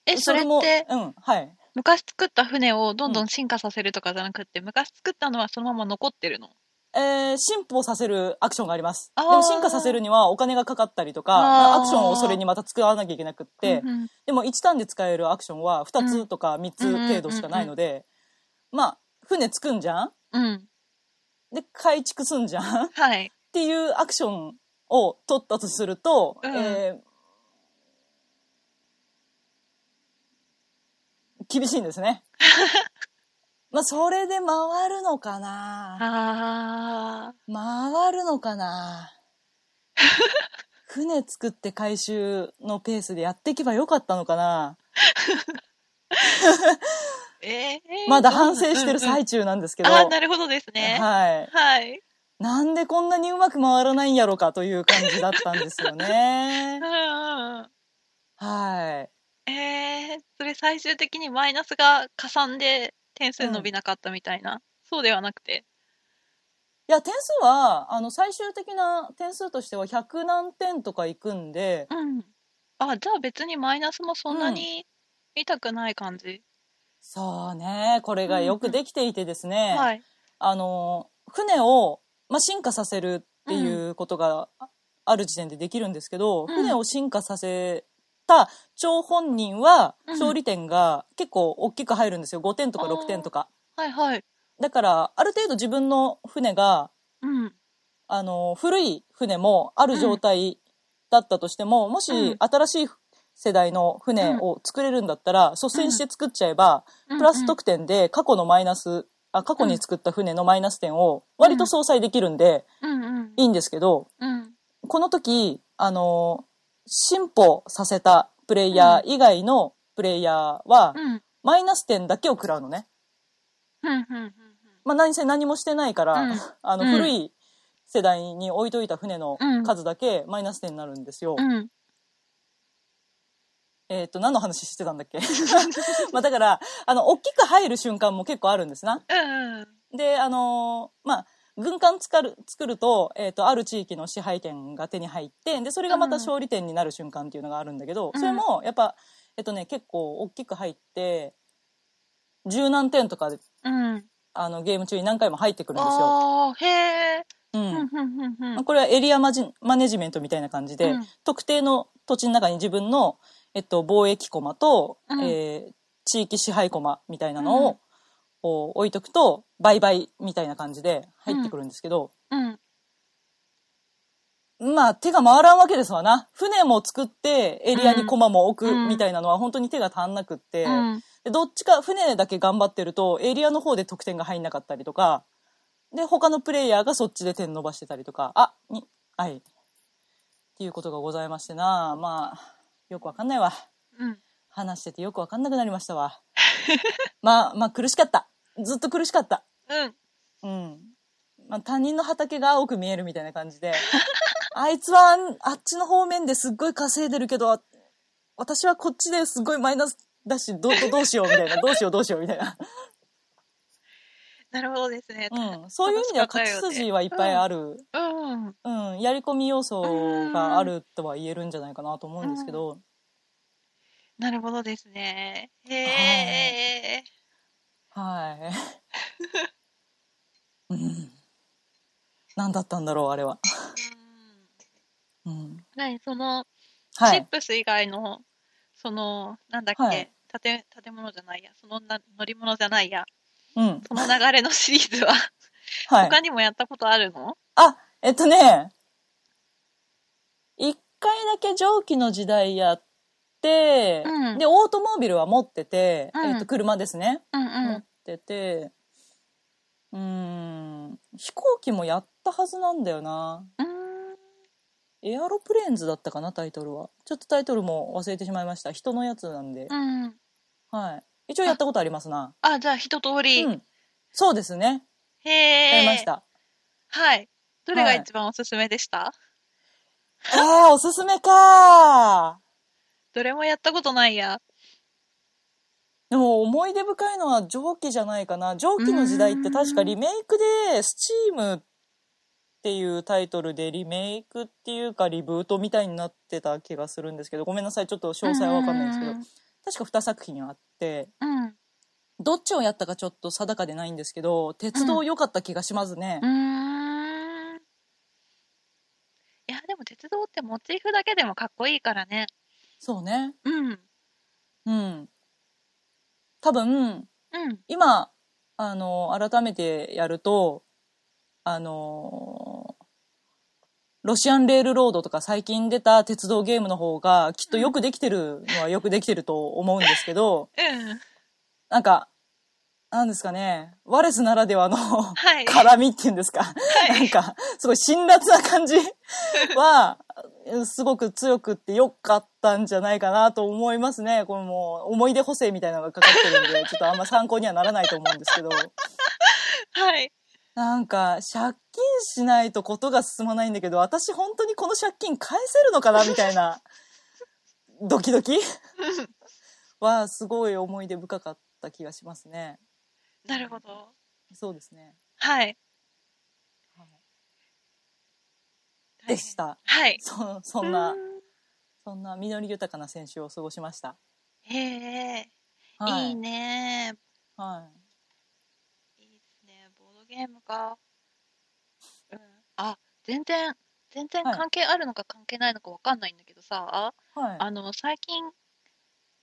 Speaker 2: え、それっ
Speaker 1: も
Speaker 2: て、
Speaker 1: うんはい
Speaker 2: 昔作った船をどんど
Speaker 1: うん
Speaker 2: 進化させるとかじゃなくって、昔作ったのはそのまま残ってるの。
Speaker 1: えー進歩させるアクションがあります
Speaker 2: あ
Speaker 1: で
Speaker 2: ー
Speaker 1: も進化させるにはお金がかかったりと
Speaker 2: あ
Speaker 1: かア
Speaker 2: ー
Speaker 1: クションをそれにまた使わなきゃいけなくって、
Speaker 2: うん
Speaker 1: でも1ターンで使えるアクションは2つとか3つ程度しかないので、まあ、船作んじゃん
Speaker 2: うん。うん。
Speaker 1: で、改築すんじゃん っ
Speaker 2: はい。
Speaker 1: ていうアクションを取ったとすると、
Speaker 2: うん
Speaker 1: えー厳しいんです ね。まあ、それで回るのかな
Speaker 2: ああ。
Speaker 1: 回るのか な船作って回収のペースでやっていけばよかったのかな
Speaker 2: ええ
Speaker 1: まだ反省してる
Speaker 2: うんうん
Speaker 1: 最中なんですけど、
Speaker 2: ああ、なるほどですね。
Speaker 1: はい。
Speaker 2: はい。
Speaker 1: なんでこんなにうまく回らないんやろかという感じだったんですよね
Speaker 2: うん。うんうん。
Speaker 1: はい。
Speaker 2: えー、それ最終的にマイナスが加算で点数伸びなかったみたいな。そうではなくて。
Speaker 1: いや、点数は、あの、最終的な点数としては100何点とかいくんで、
Speaker 2: うん。あ、じゃあ別にマイナスもそんなに痛くない感じ。
Speaker 1: そうね、これがよくできていてですね、
Speaker 2: はい。
Speaker 1: あの、船を、まあ、進化させるっていうことがあある時点でできるんですけど、
Speaker 2: うん
Speaker 1: 船を進化させた張本人は、
Speaker 2: うん
Speaker 1: 勝利点が結構大きく入るんですよ。5点とか6点とか。
Speaker 2: はいはい。
Speaker 1: だから、ある程度自分の船が、
Speaker 2: うん。
Speaker 1: あの、古い船もある状態だったとしても、も
Speaker 2: う
Speaker 1: し
Speaker 2: ん
Speaker 1: 新しい世代の船を作れるんだったら、率先して作っちゃえば、プラス得点で過去のマイナス、あ、過去に作った船のマイナス点を割と相殺できるんで、
Speaker 2: うんうん。
Speaker 1: いいんですけど、
Speaker 2: うん。
Speaker 1: この時、あの、進歩させたプレイヤー以外のプレイヤーは
Speaker 2: う、ん
Speaker 1: マイナス点だけを食らうのね。
Speaker 2: うんうんうん
Speaker 1: まあ、何せ何もしてないから、
Speaker 2: うん
Speaker 1: あの、
Speaker 2: うん
Speaker 1: 古い世代に置いといた船の
Speaker 2: うん
Speaker 1: 数だけマイナス点になるんですよ。
Speaker 2: うんうん
Speaker 1: えっ、と、何の話してたんだっけ まあ、だから、あの、大きく入る瞬間も結構あるんですな。
Speaker 2: うん
Speaker 1: で、あのーまあ、軍艦作る作ると,、えっとある地域の支配権が手に入ってでそれがまた
Speaker 2: うん
Speaker 1: 勝利点になる瞬間っていうのがあるんだけど、
Speaker 2: うん
Speaker 1: それもやっぱ、えっとね、結構大きく入って十何点とかで
Speaker 2: うん
Speaker 1: あのゲーム中に何回も入ってくるんですよ。
Speaker 2: あーへえ
Speaker 1: うん
Speaker 2: うんうんうんうん
Speaker 1: まあこれはエリアマジマネジメントみたいな感じで、
Speaker 2: うん
Speaker 1: 特定の土地の中に自分の、えっと、貿易コマと、
Speaker 2: うん
Speaker 1: えー地域支配コマみたいなのを、
Speaker 2: うん
Speaker 1: こう置いとくと売買みたいな感じで入ってくるんですけど、
Speaker 2: うん
Speaker 1: まあ手が回らんわけですわな。船も作ってエリアに駒も置
Speaker 2: うん
Speaker 1: くみたいなのは本当に手が足んなくって、
Speaker 2: うん
Speaker 1: でどっちか船だけ頑張ってるとエリアの方で得点が入んなかったりとか、で、他のプレイヤーがそっちで点伸ばしてたりとか、あ、に、はい。っていうことがございましてな、まあ、よくわかんないわ。
Speaker 2: うん
Speaker 1: 話しててよくわかんなくなりました わ。まあ、まあ苦しかった。ずっと苦しかった。
Speaker 2: うん
Speaker 1: うん。まあ、他人の畑が青く見えるみたいな感 じで、あいつはあっちの方面ですっごい稼いでるけど、私はこっちですっごいマイナスだし、どうどうしようみたい な、どうしようどうしようみたいな。
Speaker 2: なるほどですね
Speaker 1: うん。 そういう意味では勝ち筋はいっぱいある。
Speaker 2: うん
Speaker 1: うん。やり込み要素があるとは言えるんじゃないかなと思うんですけど、
Speaker 2: なるほどですねへえ
Speaker 1: はい。うん。何だったんだろう、あれは。
Speaker 2: う
Speaker 1: う
Speaker 2: ん
Speaker 1: ん。
Speaker 2: ねそ
Speaker 1: は
Speaker 2: のチッ
Speaker 1: い。
Speaker 2: プス以外の、その、なんだっけ、
Speaker 1: はい
Speaker 2: 建て建物じゃないや、そのな乗り物じゃないや、
Speaker 1: うん。
Speaker 2: その流れのシリーズは、
Speaker 1: はい。
Speaker 2: 他にもやったことあるの
Speaker 1: あ、えっとね、一回だけ蒸気の時代やって、
Speaker 2: うん
Speaker 1: で、オートモービルは持ってて、
Speaker 2: うん
Speaker 1: えっと、車ですね。
Speaker 2: うん
Speaker 1: 持
Speaker 2: う
Speaker 1: っ
Speaker 2: ん。
Speaker 1: てて、うーん、飛行機もやったはずなんだよな。
Speaker 2: うん
Speaker 1: エアロプレーンズだったかな、タイトルは。ちょっとタイトルも忘れてしまいました。人のやつなんで。
Speaker 2: うん。
Speaker 1: はい。一応やったことありますな。
Speaker 2: あ、じゃあ一通り。
Speaker 1: うん。そうですね。
Speaker 2: へ
Speaker 1: や
Speaker 2: え。
Speaker 1: りました。
Speaker 2: はい。どれが
Speaker 1: はい
Speaker 2: 一番おすすめでした
Speaker 1: ああ、おすすめかー。
Speaker 2: どれもやったことないや。
Speaker 1: でも思い出深いのは蒸気じゃないかな。蒸気の時代って確かリメイクで、スチームっていうタイトルでリメイクっていうかリブートみたいになってた気がするんですけど、ごめんなさい、ちょっと詳細はわかんないんですけど、確か2作品あって、
Speaker 2: ど。うん。
Speaker 1: どっちをやったかちょっと定かでないんですけど、鉄道良かった気がしますね
Speaker 2: う。ーん。いや、でも鉄道ってモチーフだけでもかっこいいからね。
Speaker 1: そうね。
Speaker 2: うん。
Speaker 1: うん。多分、
Speaker 2: うん。
Speaker 1: 今、あの、改めてやると、あのーロシアンレールロードとか最近出た鉄道ゲームの方がきっとよくできてるのはよくできてると思うんですけど、
Speaker 2: うん。
Speaker 1: なんか、なんですかね、ワレスならではの
Speaker 2: はい。
Speaker 1: 絡みっていうんですか、なんか、すごい辛辣な感 じは、すごく強くって良かったんじゃないかなと思いますね。これもう思い出補正みたいなのがかかってるんで、ちょっとあんま参考にはならないと思うんですけど。
Speaker 2: はい。
Speaker 1: なんか、借金しないとことが進まないんだけど、私本当にこの借金返せるのかなみたいな、ドキド キは、すごい思い出深かった気がしますね。
Speaker 2: なるほど。
Speaker 1: そうですね。
Speaker 2: はい。
Speaker 1: でし。た。
Speaker 2: はい。
Speaker 1: そ、 そんな、そんな実り豊かな先週を過ごしました。
Speaker 2: へえ、
Speaker 1: はい
Speaker 2: いね。
Speaker 1: はい
Speaker 2: いですね。ボードゲームか。うん。あ、全然、全然
Speaker 1: はい
Speaker 2: 関係あるのか関係ないのかわかんないんだけどさ、
Speaker 1: い。はい。
Speaker 2: あの、最近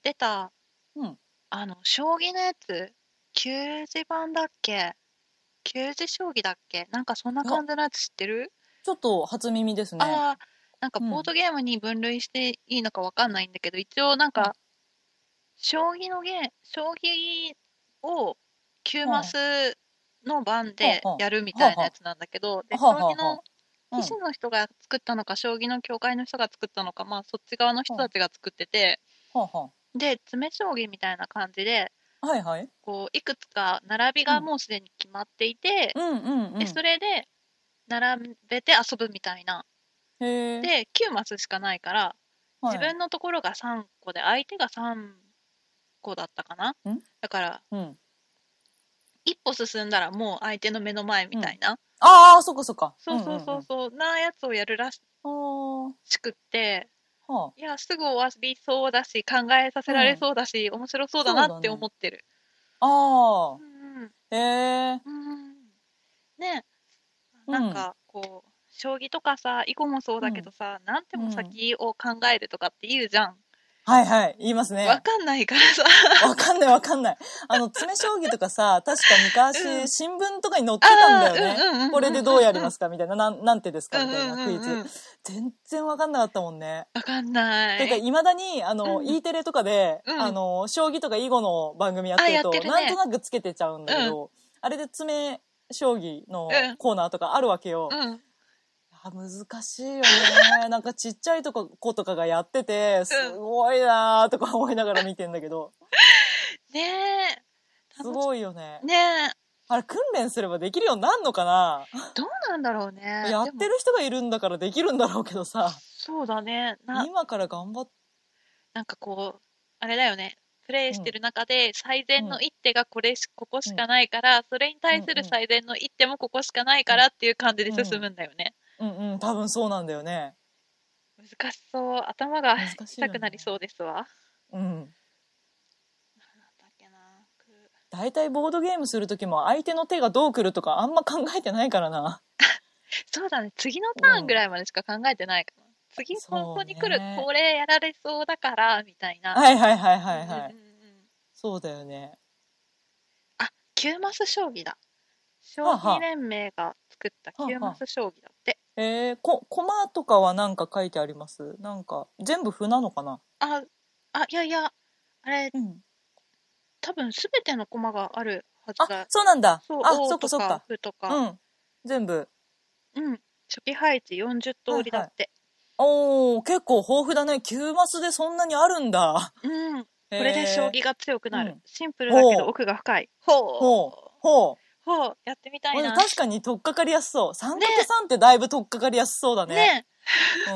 Speaker 2: 出た、
Speaker 1: うん
Speaker 2: あの、将棋のやつ、球児版だっけ球児将棋だっけなんかそんな感じのやつ知ってる
Speaker 1: ちょっと初耳ですね。
Speaker 2: ああ、なんか
Speaker 1: うん
Speaker 2: ボードゲームに分類していいのかわかんないんだけど、一応なんか、将棋のゲー、将棋を9マスの番で
Speaker 1: ほうほう
Speaker 2: やるみたいなやつなんだけど、で、
Speaker 1: ほう
Speaker 2: 将
Speaker 1: ほう
Speaker 2: 棋の
Speaker 1: うん
Speaker 2: 棋士の人が作ったのか、将棋の協会の人が作ったのか、まあそっち側の人たちが作ってて、
Speaker 1: はあは
Speaker 2: で詰め将棋みたいな感じで
Speaker 1: あ。はいはい。
Speaker 2: こういくつか並びがもうすでに決まっていて、
Speaker 1: うんうんうん。
Speaker 2: でそれで並べて遊ぶみたいな
Speaker 1: へえ。
Speaker 2: で9マスしかないから、
Speaker 1: はい
Speaker 2: 自分のところが3個で相手が3個だったかな
Speaker 1: うん
Speaker 2: だから
Speaker 1: うん。
Speaker 2: 一歩進んだらもう相手の目の前みたいな、
Speaker 1: ああ、そっかそっか。
Speaker 2: そうそうそうそうなやつをやるらし
Speaker 1: うんうんうん。
Speaker 2: くって
Speaker 1: ああ。はい
Speaker 2: やすぐ終わりそうだし考えさせられそうだし、面白そうだなって
Speaker 1: そうだね
Speaker 2: 思ってる。
Speaker 1: あ。ああ
Speaker 2: う。ん
Speaker 1: へえ。
Speaker 2: うんね
Speaker 1: うん
Speaker 2: なんかこう将棋とかさ囲碁もそうだけどさ、なん、何手も先を考えるとかって言うじゃん、
Speaker 1: はいはい。言いますね。
Speaker 2: わかんないからさ
Speaker 1: わかんないわかんない。あの、詰将棋とかさ、確か昔、
Speaker 2: うん
Speaker 1: 新聞とかに載ってたんだよね。
Speaker 2: あーうんうんうんうん
Speaker 1: これでどうやりますかみたいな、なん、なんてですかみたいなクイズ。
Speaker 2: うんうんうんうん
Speaker 1: 全然わかんなかったもんね。
Speaker 2: わかんな
Speaker 1: てか、
Speaker 2: い
Speaker 1: いまだに、あの、
Speaker 2: うん
Speaker 1: E テレとかで、
Speaker 2: うん
Speaker 1: あの、将棋とか囲碁の番組やってると、
Speaker 2: あやってる
Speaker 1: な
Speaker 2: ね
Speaker 1: んとなくつけてちゃうんだけど、あれで詰将棋の
Speaker 2: うん
Speaker 1: コーナーとかあるわけよ。
Speaker 2: うん
Speaker 1: あ難しい よね。なんかちっちゃいとか子とかがやってて、すごいなーとか思いながら見てんだけど、
Speaker 2: ねえ
Speaker 1: すごいよね。
Speaker 2: ねえ
Speaker 1: あれ訓練すればできるようになんのかな
Speaker 2: どうなんだろうね
Speaker 1: やって
Speaker 2: でも
Speaker 1: る人がいるんだからできるんだろうけどさ、
Speaker 2: そうだねな
Speaker 1: 今から頑張って、
Speaker 2: なんかこうあれだよねプレイしてる中で最善の一手がこれし、ここしかないから、それに対す
Speaker 1: うんう
Speaker 2: る
Speaker 1: ん
Speaker 2: 最善の一手もここしかないからっていう感じで進むんだよね、
Speaker 1: うんうん、多分そうなんだよね。
Speaker 2: 難しそう頭が
Speaker 1: 難しいよね
Speaker 2: 痛くなりそうですわ
Speaker 1: うん。
Speaker 2: なんだっけなく
Speaker 1: 大体ボードゲームする時も相手の手がどう来るとかあんま考えてないからな。
Speaker 2: そうだね次のターンぐらいまでしか考えてないかな、次
Speaker 1: そうね
Speaker 2: ここに来る、これやられそうだからみたいな
Speaker 1: はいはいはいはいは
Speaker 2: う
Speaker 1: い
Speaker 2: ん。うんうん
Speaker 1: そうだよね。
Speaker 2: 9マス将棋だ将
Speaker 1: はあはあ
Speaker 2: 棋連盟が作った9マス将棋だって
Speaker 1: えー、こ、コマとかはなんか書いてありますなんか、全部歩なのかな
Speaker 2: ああいやいやあれ
Speaker 1: うん。
Speaker 2: 多分すべての駒があるはず
Speaker 1: あ
Speaker 2: だ、
Speaker 1: そうなんだ。
Speaker 2: そう
Speaker 1: あ、
Speaker 2: 王
Speaker 1: そっ
Speaker 2: と
Speaker 1: かそっ
Speaker 2: か
Speaker 1: か。
Speaker 2: 歩と
Speaker 1: う
Speaker 2: か、
Speaker 1: ん。全部。
Speaker 2: うん初期配置40通りだって、
Speaker 1: おー、結構豊富だね。9マスでそんなにあるんだ。
Speaker 2: うんこれで将棋が強くなる、
Speaker 1: うん
Speaker 2: シンプルだけ
Speaker 1: ほ
Speaker 2: ど
Speaker 1: う
Speaker 2: 奥が深いほう
Speaker 1: ほう。ほう。
Speaker 2: ほうやってみたい
Speaker 1: でも
Speaker 2: な
Speaker 1: 確かに取っかかりやすそう。3×3
Speaker 2: ね
Speaker 1: ってだいぶ取っかかりやすそうだね。
Speaker 2: ね
Speaker 1: うん。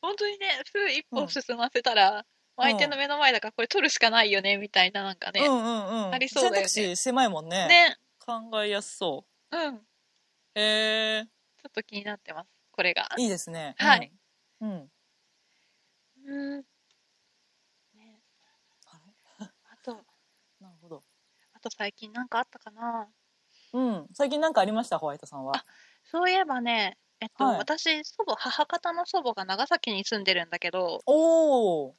Speaker 2: 本当にね、歩一歩進ませたら、相手の目の前だからこれ取るしかないよね、みたいななんか
Speaker 1: う
Speaker 2: ね。
Speaker 1: んうんうん。
Speaker 2: ありそうだよね
Speaker 1: 選択肢狭いもんね。
Speaker 2: ね。
Speaker 1: 考えやすそ
Speaker 2: うん。ちょ
Speaker 1: う。へえ。
Speaker 2: っと気になってます、これが。
Speaker 1: いいですね。
Speaker 2: はい
Speaker 1: うん。うん。
Speaker 2: うん。ね、
Speaker 1: あ
Speaker 2: あと、
Speaker 1: れなるほど。
Speaker 2: あと最近なんかあったかな。
Speaker 1: うん。最近なんかありましたホワイトさんは
Speaker 2: あ。そういえばね、えっと、
Speaker 1: はい
Speaker 2: 私、祖母、母方の祖母が長崎に住んでるんだけど、
Speaker 1: おお。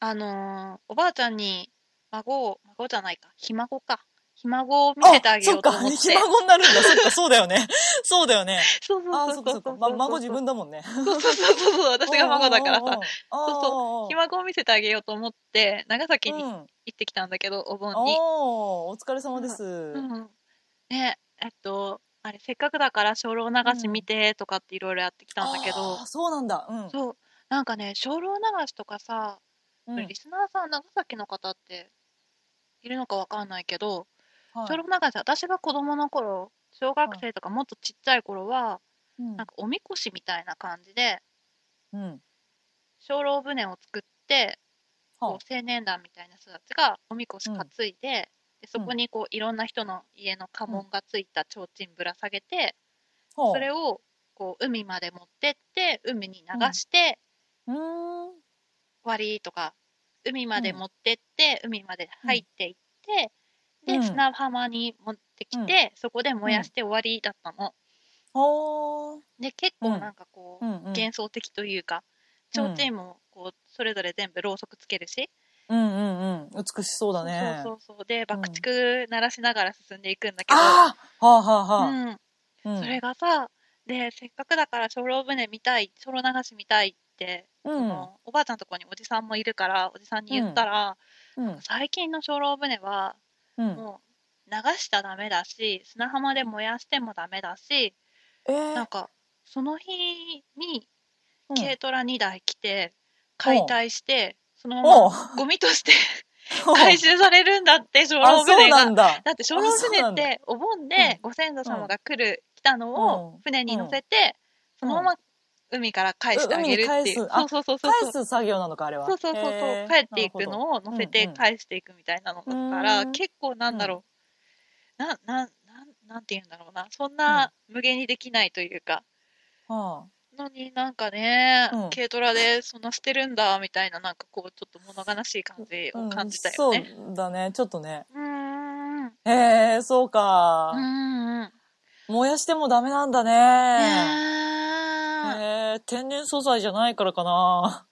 Speaker 2: あのーおばあちゃんに孫を、孫じゃないか、ひ孫か。ひ孫を見せてあげ
Speaker 1: そ
Speaker 2: よ
Speaker 1: っ
Speaker 2: うと
Speaker 1: か。
Speaker 2: 思って。
Speaker 1: ひ孫になるんだ。そっか、そうだよね。そうだよね。
Speaker 2: そう そう
Speaker 1: あー、
Speaker 2: そ
Speaker 1: そっ
Speaker 2: う
Speaker 1: か
Speaker 2: そ
Speaker 1: そうっか。
Speaker 2: そう
Speaker 1: ま、孫自分だもんね。
Speaker 2: そうそうそうそうそう、私が孫 だからさ。
Speaker 1: そう
Speaker 2: そう
Speaker 1: そう
Speaker 2: ひ孫を見せてあげようと思って長崎に行
Speaker 1: ん。
Speaker 2: ってきたんだけど、お盆に、
Speaker 1: おおー、お疲れ様です。
Speaker 2: うん、ねえっとあれせっかくだから精霊流し見てとかっていろいろやってきたんだけど、
Speaker 1: あーそうなんだ。うん。
Speaker 2: そうなんかね精霊流しとかさ、
Speaker 1: うん
Speaker 2: リスナーさん長崎の方っているのかわかんないけど
Speaker 1: はい
Speaker 2: 精霊流し私が子供の頃小学生とかもっとちっちゃい頃は、
Speaker 1: うん
Speaker 2: なんかおみこしみたいな感じで
Speaker 1: うん。
Speaker 2: 精霊船を作ってこ
Speaker 1: は
Speaker 2: う青年団みたいな人たちがおみこし担いで,、でそこにこういろんな人の家の家紋がついた提灯ぶら下げて、
Speaker 1: あ、はあ
Speaker 2: それをこう海まで持ってって海に流して
Speaker 1: うーん。
Speaker 2: 終わりとか海まで持ってって、海まで入っていって、
Speaker 1: う
Speaker 2: で
Speaker 1: ん
Speaker 2: 砂浜に持ってきて、そこで燃やして終わりだったの。
Speaker 1: は
Speaker 2: で結構なんかこ
Speaker 1: あ。う
Speaker 2: う、
Speaker 1: んうん。
Speaker 2: 幻想的というか
Speaker 1: うん
Speaker 2: 提灯もこうそれぞれ全部ろうそくつけるし、
Speaker 1: うんうんうん。美しそうだね。
Speaker 2: そうそうそうで爆竹鳴らしながら進んでいくんだけど、
Speaker 1: ああはあはあは
Speaker 2: うん、
Speaker 1: あ。うん
Speaker 2: それがさでせっかくだから精霊船見たい精霊流し見たいって、
Speaker 1: う
Speaker 2: そ
Speaker 1: ん
Speaker 2: のおばあちゃんのとこにおじさんもいるからおじさんに言ったら、
Speaker 1: うん
Speaker 2: 最近の精霊船は
Speaker 1: うん。
Speaker 2: もう流しちゃダメだし砂浜で燃やしてもダメだし
Speaker 1: え
Speaker 2: なん
Speaker 1: ー
Speaker 2: かその日に
Speaker 1: うん
Speaker 2: 軽トラ2台来て、解体して、その
Speaker 1: おう
Speaker 2: ま まゴミとして回収されるんだって、精
Speaker 1: あ、
Speaker 2: 霊
Speaker 1: そう
Speaker 2: 船
Speaker 1: な
Speaker 2: が。
Speaker 1: んだ。
Speaker 2: だって精霊
Speaker 1: そう
Speaker 2: 船
Speaker 1: な
Speaker 2: っ
Speaker 1: ん
Speaker 2: てお盆でご先祖様が来る、来たの
Speaker 1: う
Speaker 2: を
Speaker 1: ん
Speaker 2: 船に乗せて、そのまま海から返してあげるっていう
Speaker 1: う。海に返す
Speaker 2: そ
Speaker 1: あ
Speaker 2: うそうそうそう。
Speaker 1: 返す作業なのか、あれは。
Speaker 2: そうそうそうそ
Speaker 1: へ
Speaker 2: う
Speaker 1: ー
Speaker 2: 帰っていく。のを乗せ
Speaker 1: うん
Speaker 2: て
Speaker 1: うん
Speaker 2: 返していくみたいなのだから、
Speaker 1: うん
Speaker 2: 結構なんだろう、ななんなんなんて言うんだろうなそんな無限にできないというか、
Speaker 1: は
Speaker 2: のになんかね、
Speaker 1: うん
Speaker 2: 軽トラでそんな捨てるんだみたいななんかこうちょっと物悲しい感じ
Speaker 1: あう
Speaker 2: を
Speaker 1: ん
Speaker 2: 感じたよね。
Speaker 1: そうだね、ちょっとね。
Speaker 2: うーんう
Speaker 1: へえ、そうか
Speaker 2: ー。ん
Speaker 1: 燃やしてもダメなんだね。
Speaker 2: ねえ
Speaker 1: へえ、天然素材じゃないからかな。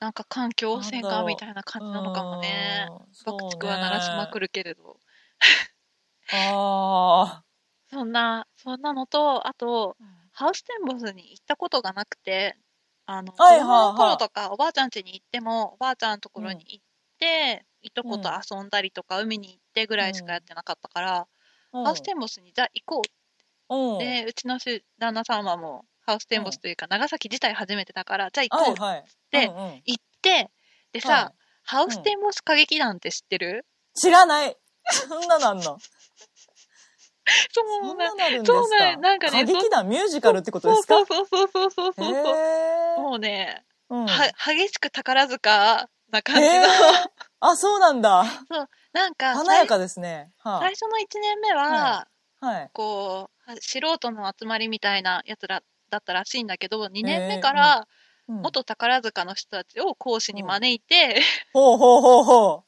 Speaker 2: なんか環境汚染
Speaker 1: なんだ
Speaker 2: か
Speaker 1: ろう
Speaker 2: みたいな感じなのかもね
Speaker 1: う。ん。
Speaker 2: 爆竹は鳴らしまく
Speaker 1: る。
Speaker 2: るけれど。
Speaker 1: あ
Speaker 2: そんな、そんなのと、あと、
Speaker 1: あ。
Speaker 2: ハウステンボスに行ったことがなくて、あの、
Speaker 1: はいはいはい
Speaker 2: 子供の頃とかおばあちゃん家に行っても、おばあちゃんのところに行って、いとこと遊んだりとか、海に行ってぐらいしかやってなかったから、ハウステンボスにじゃあ行こう
Speaker 1: うん。
Speaker 2: って、うちの主旦那様もハウステンボスというか、長崎自体初めてだから、じゃあ行
Speaker 1: は
Speaker 2: こう
Speaker 1: いはい。
Speaker 2: て
Speaker 1: うんうん
Speaker 2: 行って、でさ、
Speaker 1: は
Speaker 2: ハウステンボス歌劇団って知ってる、
Speaker 1: 知らない。そんななんの。
Speaker 2: そ
Speaker 1: そ
Speaker 2: うんな
Speaker 1: ななるんですか
Speaker 2: そうなんなんかね
Speaker 1: 歌劇団ミュージカルってことで
Speaker 2: そう
Speaker 1: すか
Speaker 2: そうそうそうそうそうそうそう。
Speaker 1: へー
Speaker 2: もうね、
Speaker 1: うん
Speaker 2: は激しく宝塚な感じの
Speaker 1: へ、ーあ、そうなんだ。
Speaker 2: なんか、
Speaker 1: 華やかですね。は
Speaker 2: 最
Speaker 1: い。
Speaker 2: 初の1年目は、
Speaker 1: はい。
Speaker 2: こう、は素人の集まりみたいなやつらだったらしいんだけど、2
Speaker 1: え
Speaker 2: 年目から
Speaker 1: うん
Speaker 2: 元宝塚の人たちを講師に招いて、
Speaker 1: ほうほうほうほ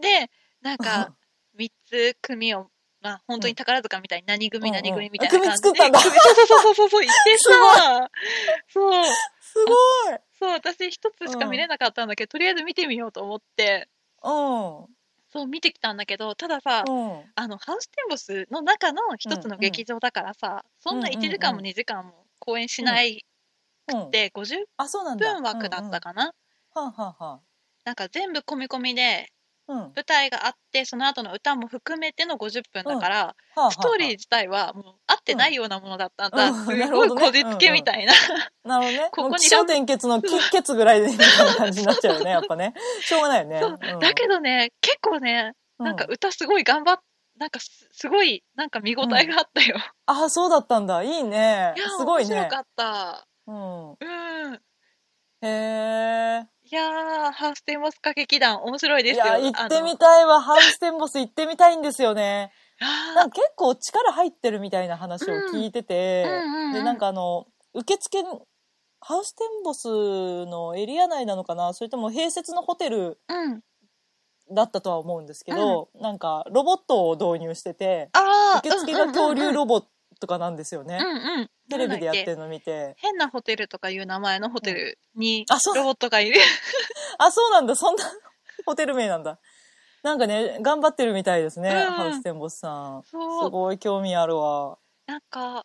Speaker 2: で、なん
Speaker 1: う。
Speaker 2: か、3つ組を、まあ、本当に宝塚みたいに何組
Speaker 1: うんうん
Speaker 2: 何組みたいな感じで、
Speaker 1: 組作ったんだ
Speaker 2: 組そうそうそうそうそう、行ってさ、そう、
Speaker 1: すごい。
Speaker 2: そう、私一つしか見れなかったんだけど、とりあえず見てみようと思って、
Speaker 1: う
Speaker 2: そう見てきたんだけど、たださ、
Speaker 1: ん。うん。
Speaker 2: あのハウステンボスの中の一つの劇場だからさ、そんな
Speaker 1: うんう
Speaker 2: 1
Speaker 1: んうん
Speaker 2: 時間も2時間も公演しない
Speaker 1: うん。
Speaker 2: で50
Speaker 1: あ、そうなんだ。
Speaker 2: 分枠だった
Speaker 1: か。
Speaker 2: かな、
Speaker 1: はんはんは
Speaker 2: なんか全部込み込みで
Speaker 1: ん。うん。
Speaker 2: 舞台があってその後の歌も含めての50分だから、ス
Speaker 1: ス
Speaker 2: トーリー自体はもう合ってないようなものだったんだ、
Speaker 1: うんうん
Speaker 2: す
Speaker 1: なる
Speaker 2: ご
Speaker 1: ほ
Speaker 2: い
Speaker 1: どね
Speaker 2: こじつけみたいな、
Speaker 1: なるほどね。
Speaker 2: ここに
Speaker 1: もう気象点結の気結ぐらいでみたいな感じになっちゃうよね、やっぱ ね。しょうがないよね。
Speaker 2: そう だけどね結構ね
Speaker 1: ど
Speaker 2: なんか歌すごい頑張っなんかすすごいなんか見応えがあったよ、
Speaker 1: あ、そうだったんだ。いいね
Speaker 2: いや。
Speaker 1: すごい
Speaker 2: 面白
Speaker 1: ね
Speaker 2: か。った
Speaker 1: うん。
Speaker 2: うん
Speaker 1: へー。
Speaker 2: いやー、ハウステンボス歌劇団、面白いで
Speaker 1: い
Speaker 2: すよ。
Speaker 1: や、行って
Speaker 2: あの
Speaker 1: みたいわ。 ハウステンボス行ってみたいんですよね。な
Speaker 2: あ
Speaker 1: んか結構力入ってるみたいな話を聞いてて、
Speaker 2: うんうんうんうん
Speaker 1: で、なんかあの、受付、ハウステンボスのエリア内なのかなそれとも併設のホテル
Speaker 2: ーうん。
Speaker 1: だったとは思うんですけど、なんかロボットを導入してて、
Speaker 2: あー
Speaker 1: 受付が恐竜ロボットかなんですよね。
Speaker 2: うんうんうん。
Speaker 1: テレビでやって
Speaker 2: る。
Speaker 1: るの見て。
Speaker 2: 変なホテルとかいう名前のホテルに
Speaker 1: あ、そう
Speaker 2: ロボットがいる。
Speaker 1: あ、そうなんだ。そんな ホテル名なんだ。なんかね、頑張ってるみたいですね、
Speaker 2: うん
Speaker 1: ハウステンボスさん。す
Speaker 2: そう
Speaker 1: ごい興味あるわ。
Speaker 2: なんか、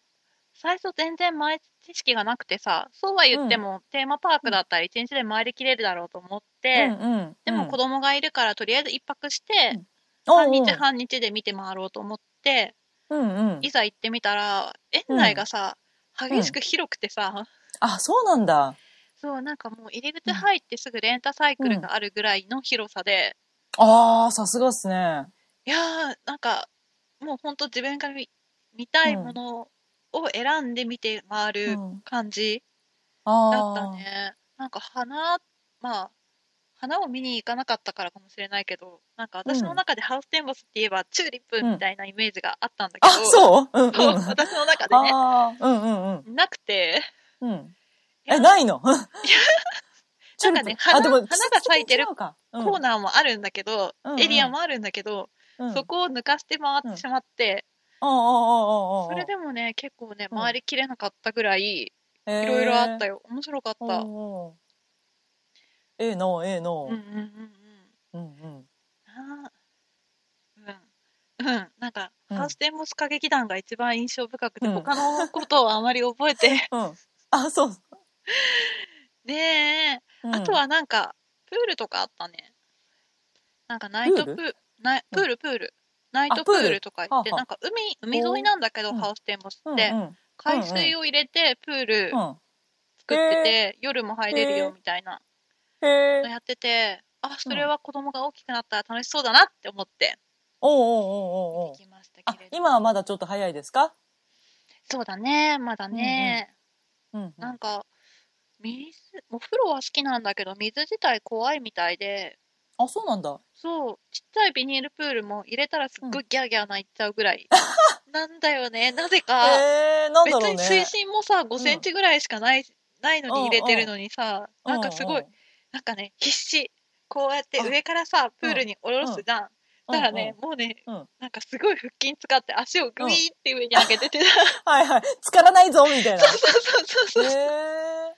Speaker 2: 最初全然前知識がなくてさ、そうは言っても、テーマパークだったら一日で回りきれるだろうと思っ
Speaker 1: う
Speaker 2: て、
Speaker 1: んうん、
Speaker 2: でも子
Speaker 1: 供、
Speaker 2: 供がいるから、とりあえず一泊して、
Speaker 1: 半
Speaker 2: 半日半日で見て回ろうと思って、
Speaker 1: うんうん
Speaker 2: い。ざ行ってみたら、園内がさ、
Speaker 1: ん
Speaker 2: 激しく広くてさ、
Speaker 1: あ、そうなんだ。
Speaker 2: そう、なんかもう入り口入ってすぐレンタサイクルがあるぐらいの広さで、
Speaker 1: ああ、さすがっすね。
Speaker 2: いやー、なんかもうほんと自分が見、見たいものを選んで見て回
Speaker 1: う
Speaker 2: る
Speaker 1: ん、
Speaker 2: 感じ
Speaker 1: あ
Speaker 2: だった
Speaker 1: あ、
Speaker 2: ね。なんか花、まあ、花を見に行かなかったからかもしれないけど、なんか私の中でハウステンボスって言えばチューリップみたいなイメージがあったんだけ
Speaker 1: あ、
Speaker 2: ど、
Speaker 1: そううんうん。
Speaker 2: そう 私の中でね、
Speaker 1: ああ、うんうんうん
Speaker 2: なくて、
Speaker 1: うん。
Speaker 2: いや
Speaker 1: え、ないのチューリップ
Speaker 2: なんかね花
Speaker 1: あでも
Speaker 2: 花が咲いてる
Speaker 1: 季節的に違うかうん
Speaker 2: コーナーもあるんだけど、
Speaker 1: うんうん
Speaker 2: エリアもあるんだけど、
Speaker 1: うん
Speaker 2: そこを抜かして回ってしまって、
Speaker 1: うんうんうんうんうんうん
Speaker 2: それでもね、結構ね、
Speaker 1: うん
Speaker 2: 回りきれなかったぐらい、
Speaker 1: へー
Speaker 2: いろいろあったよ。面白かっ
Speaker 1: うん
Speaker 2: た。
Speaker 1: うんええのええの
Speaker 2: うんうんうんうん。
Speaker 1: うんうん
Speaker 2: なあうん。うん。なんか、
Speaker 1: うん
Speaker 2: ハウステンボス歌劇団が一番印象深くて、
Speaker 1: うん
Speaker 2: 他のことはあまり覚え て。
Speaker 1: うん。あ、そう。
Speaker 2: ねえ。
Speaker 1: うん
Speaker 2: あと、はなんか、プールとかあったね。なんか、ナイトプー
Speaker 1: プー
Speaker 2: ル、なプール、プール。ナイト
Speaker 1: あ
Speaker 2: プ
Speaker 1: プール
Speaker 2: ールとか行って、
Speaker 1: はあは
Speaker 2: なんか海、海沿いなんだけど、
Speaker 1: うん
Speaker 2: ハウステンボス
Speaker 1: うんう
Speaker 2: っ
Speaker 1: ん
Speaker 2: て
Speaker 1: う、ん。
Speaker 2: 海水を入れて、プール
Speaker 1: うん
Speaker 2: 作ってて、夜も入れるよみたいな。
Speaker 1: へえ
Speaker 2: の。やってて、あ、それは子供が大きくなったら楽しそうだなって思って
Speaker 1: おうおうおうおうおう
Speaker 2: 行。きました
Speaker 1: あ
Speaker 2: けれ、ど。
Speaker 1: 今はまだちょっと早いですか
Speaker 2: そうだね、まだね。
Speaker 1: うんうん。
Speaker 2: なんか、水、お風呂は好きなんだけど、水自体怖いみたいで、
Speaker 1: あ、そうなんだ。
Speaker 2: そう、ちっちゃいビニールプールも入れたらすっごいギャーギャー泣いちゃうぐ らい。なんだよね、なぜか。
Speaker 1: へえ、なん
Speaker 2: 別
Speaker 1: だろう
Speaker 2: に水
Speaker 1: ね。
Speaker 2: 深もさ、5センチぐらいしかない、ないのに入れてるのにさ、なんかすごい、
Speaker 1: う
Speaker 2: なんかね、必死。こうやって
Speaker 1: あ
Speaker 2: 上からさ、プールに下ろすじゃ
Speaker 1: ん
Speaker 2: ん。
Speaker 1: うん、
Speaker 2: だからね、もうね、
Speaker 1: うん
Speaker 2: なんかすごい腹筋使って足をグイーって上に上げてて、
Speaker 1: うんうん。はいはい。つからないぞ、みたいな。
Speaker 2: そうそう そうそう。ね
Speaker 1: へえ。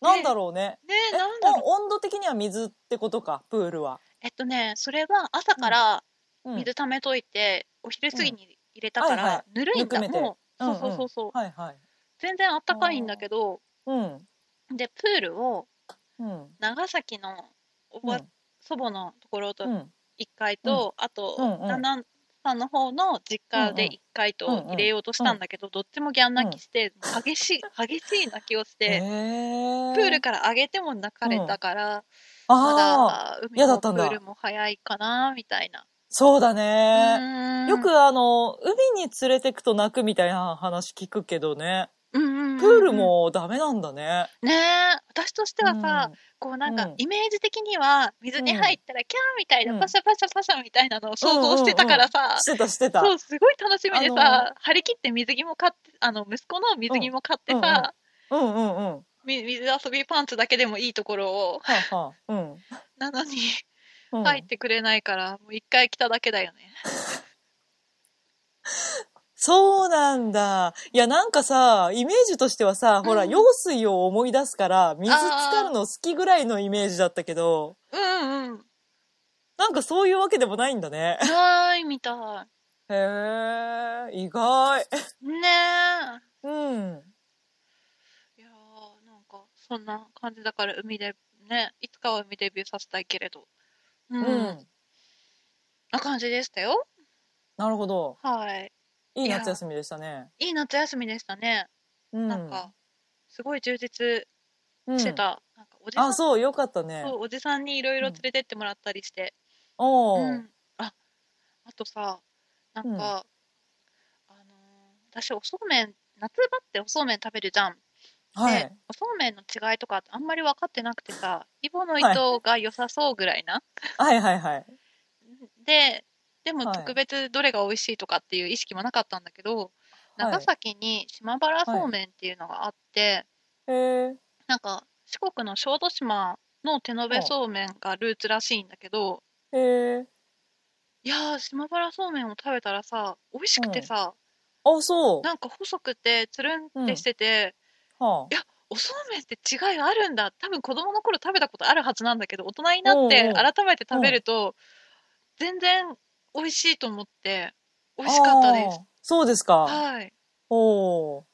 Speaker 1: なんだろうね。え
Speaker 2: え、なんだろう
Speaker 1: お温度的には水ってことか、プールは。
Speaker 2: えっとね、それは朝から
Speaker 1: うん
Speaker 2: 水溜めといて、お昼過ぎに入れたから、
Speaker 1: はいは
Speaker 2: ぬるいんだ、
Speaker 1: ぬくめて
Speaker 2: もう、
Speaker 1: うんうん
Speaker 2: そうそうそうそう、
Speaker 1: はいはい。
Speaker 2: 全然あったかいんだけど、
Speaker 1: うん。
Speaker 2: で、プールを
Speaker 1: うん。
Speaker 2: 長崎のおば、
Speaker 1: うん
Speaker 2: 祖母のところと
Speaker 1: うん。うん
Speaker 2: 1階と、あと、
Speaker 1: うんうん
Speaker 2: 旦那さんの方の実家で1階と入れようとしたんだけど、どっちもギャン泣きして、激しい、 激しい泣きをして、
Speaker 1: へえ。
Speaker 2: プールから上げても泣かれたから、ま
Speaker 1: ああ、
Speaker 2: だ海
Speaker 1: 嫌だ
Speaker 2: の
Speaker 1: っ
Speaker 2: プ
Speaker 1: たんだ
Speaker 2: ールも早いかなみたいな。
Speaker 1: そうだね。
Speaker 2: うーん
Speaker 1: よ、くあの、海に連れてくと泣くみたいな話聞くけどね。
Speaker 2: うんうんうんうん
Speaker 1: プール。もダメなんだね。
Speaker 2: ねえ、私としてはさ、こうなん
Speaker 1: う
Speaker 2: か
Speaker 1: ん
Speaker 2: イメージ的には水に入ったらキャーみたいな、
Speaker 1: うん
Speaker 2: パシャパシャパシャみたいなのを想像してたから
Speaker 1: うん
Speaker 2: さ、
Speaker 1: してたしてた。
Speaker 2: そう、すごい楽しみで
Speaker 1: あ
Speaker 2: さ、張り切って水着も買って、あの、息子の水着も買って
Speaker 1: うんうんうん
Speaker 2: さ、
Speaker 1: うんうんうん。は
Speaker 2: み水遊びパンツだけでもいいところを、
Speaker 1: あはあ。うん。
Speaker 2: なのに
Speaker 1: うん
Speaker 2: 入ってくれないから、もう一回来ただけだよね。
Speaker 1: そうなんだ。いや、なんかさ、イメージとしてはさ、ほら、
Speaker 2: うん
Speaker 1: 用水を思い出すから、水浸かるの好きぐらいのイメージだったけど、
Speaker 2: うんうん。
Speaker 1: なんかそういうわけでもないんだね。
Speaker 2: ないみたい。
Speaker 1: へえ、意外。
Speaker 2: ねえ。
Speaker 1: うん。
Speaker 2: いやー、なんか、そんな感じだから、海で、ね、いつかは海デビューさせたいけれど。う。
Speaker 1: うんん。
Speaker 2: な感じでしたよ。
Speaker 1: なるほど。
Speaker 2: はい。
Speaker 1: いい
Speaker 2: いや
Speaker 1: 夏休みでしたね。
Speaker 2: いい夏休みでしたね。
Speaker 1: うん。
Speaker 2: なんか、すごい充実
Speaker 1: うん、
Speaker 2: してた。なんか、おじさん、
Speaker 1: あ、そう、よかったね。
Speaker 2: そうおじさんにいろいろ連れてってもらったりして。
Speaker 1: お
Speaker 2: う
Speaker 1: ー
Speaker 2: ん。あ、あとさ、なんか、あのー私、おそうめん、夏場っておそうめん食べるじゃん。
Speaker 1: は
Speaker 2: で
Speaker 1: い。
Speaker 2: おそうめんの違いとかってあんまり分かってなくてさ、イボの
Speaker 1: い
Speaker 2: 糸が良さそうぐらいな。
Speaker 1: はいはいはい。
Speaker 2: で、でも
Speaker 1: はい
Speaker 2: 特別どれが美味しいとかっていう意識もなかったんだけど、
Speaker 1: はい
Speaker 2: 長崎に島原そうめんっていうのがあって、
Speaker 1: へえ。
Speaker 2: なんか四国の小豆島の手延べそうめんがルーツらしいんだけど、
Speaker 1: へえ。
Speaker 2: いやー、島原そうめんを食べたらさ、美味しくてさ、
Speaker 1: あ、そう。
Speaker 2: なんか細くてつるんってしてて、
Speaker 1: はあ。
Speaker 2: おそうめんって違いがあるんだ。多分子供の頃食べたことあるはずなんだけど、大人になって
Speaker 1: おうおう
Speaker 2: 改めて食べると、全然美味しいと思って、美味しかったです
Speaker 1: あー。。そうですか。
Speaker 2: はい。
Speaker 1: おお。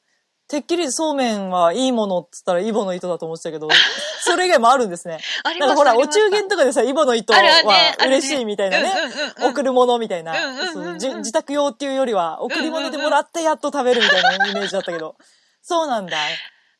Speaker 1: てっきりそうめんはいいものっつったらイボの糸だと思ってたけど、 それ以外もあるんですね。
Speaker 2: あり
Speaker 1: な
Speaker 2: ま
Speaker 1: ん
Speaker 2: す
Speaker 1: かほら、
Speaker 2: あり
Speaker 1: お
Speaker 2: まし
Speaker 1: 中
Speaker 2: た
Speaker 1: 元とかでさ、イボの糸
Speaker 2: あるあるね
Speaker 1: は
Speaker 2: あるね
Speaker 1: 嬉しいみたいなね。
Speaker 2: うんうんうんうん
Speaker 1: 贈るものみたいな
Speaker 2: うんうんうんうん。
Speaker 1: そうじ自宅用っていうよりは、贈り物でもらってやっと食べるみたいなイメージだったけど。そうなんだ。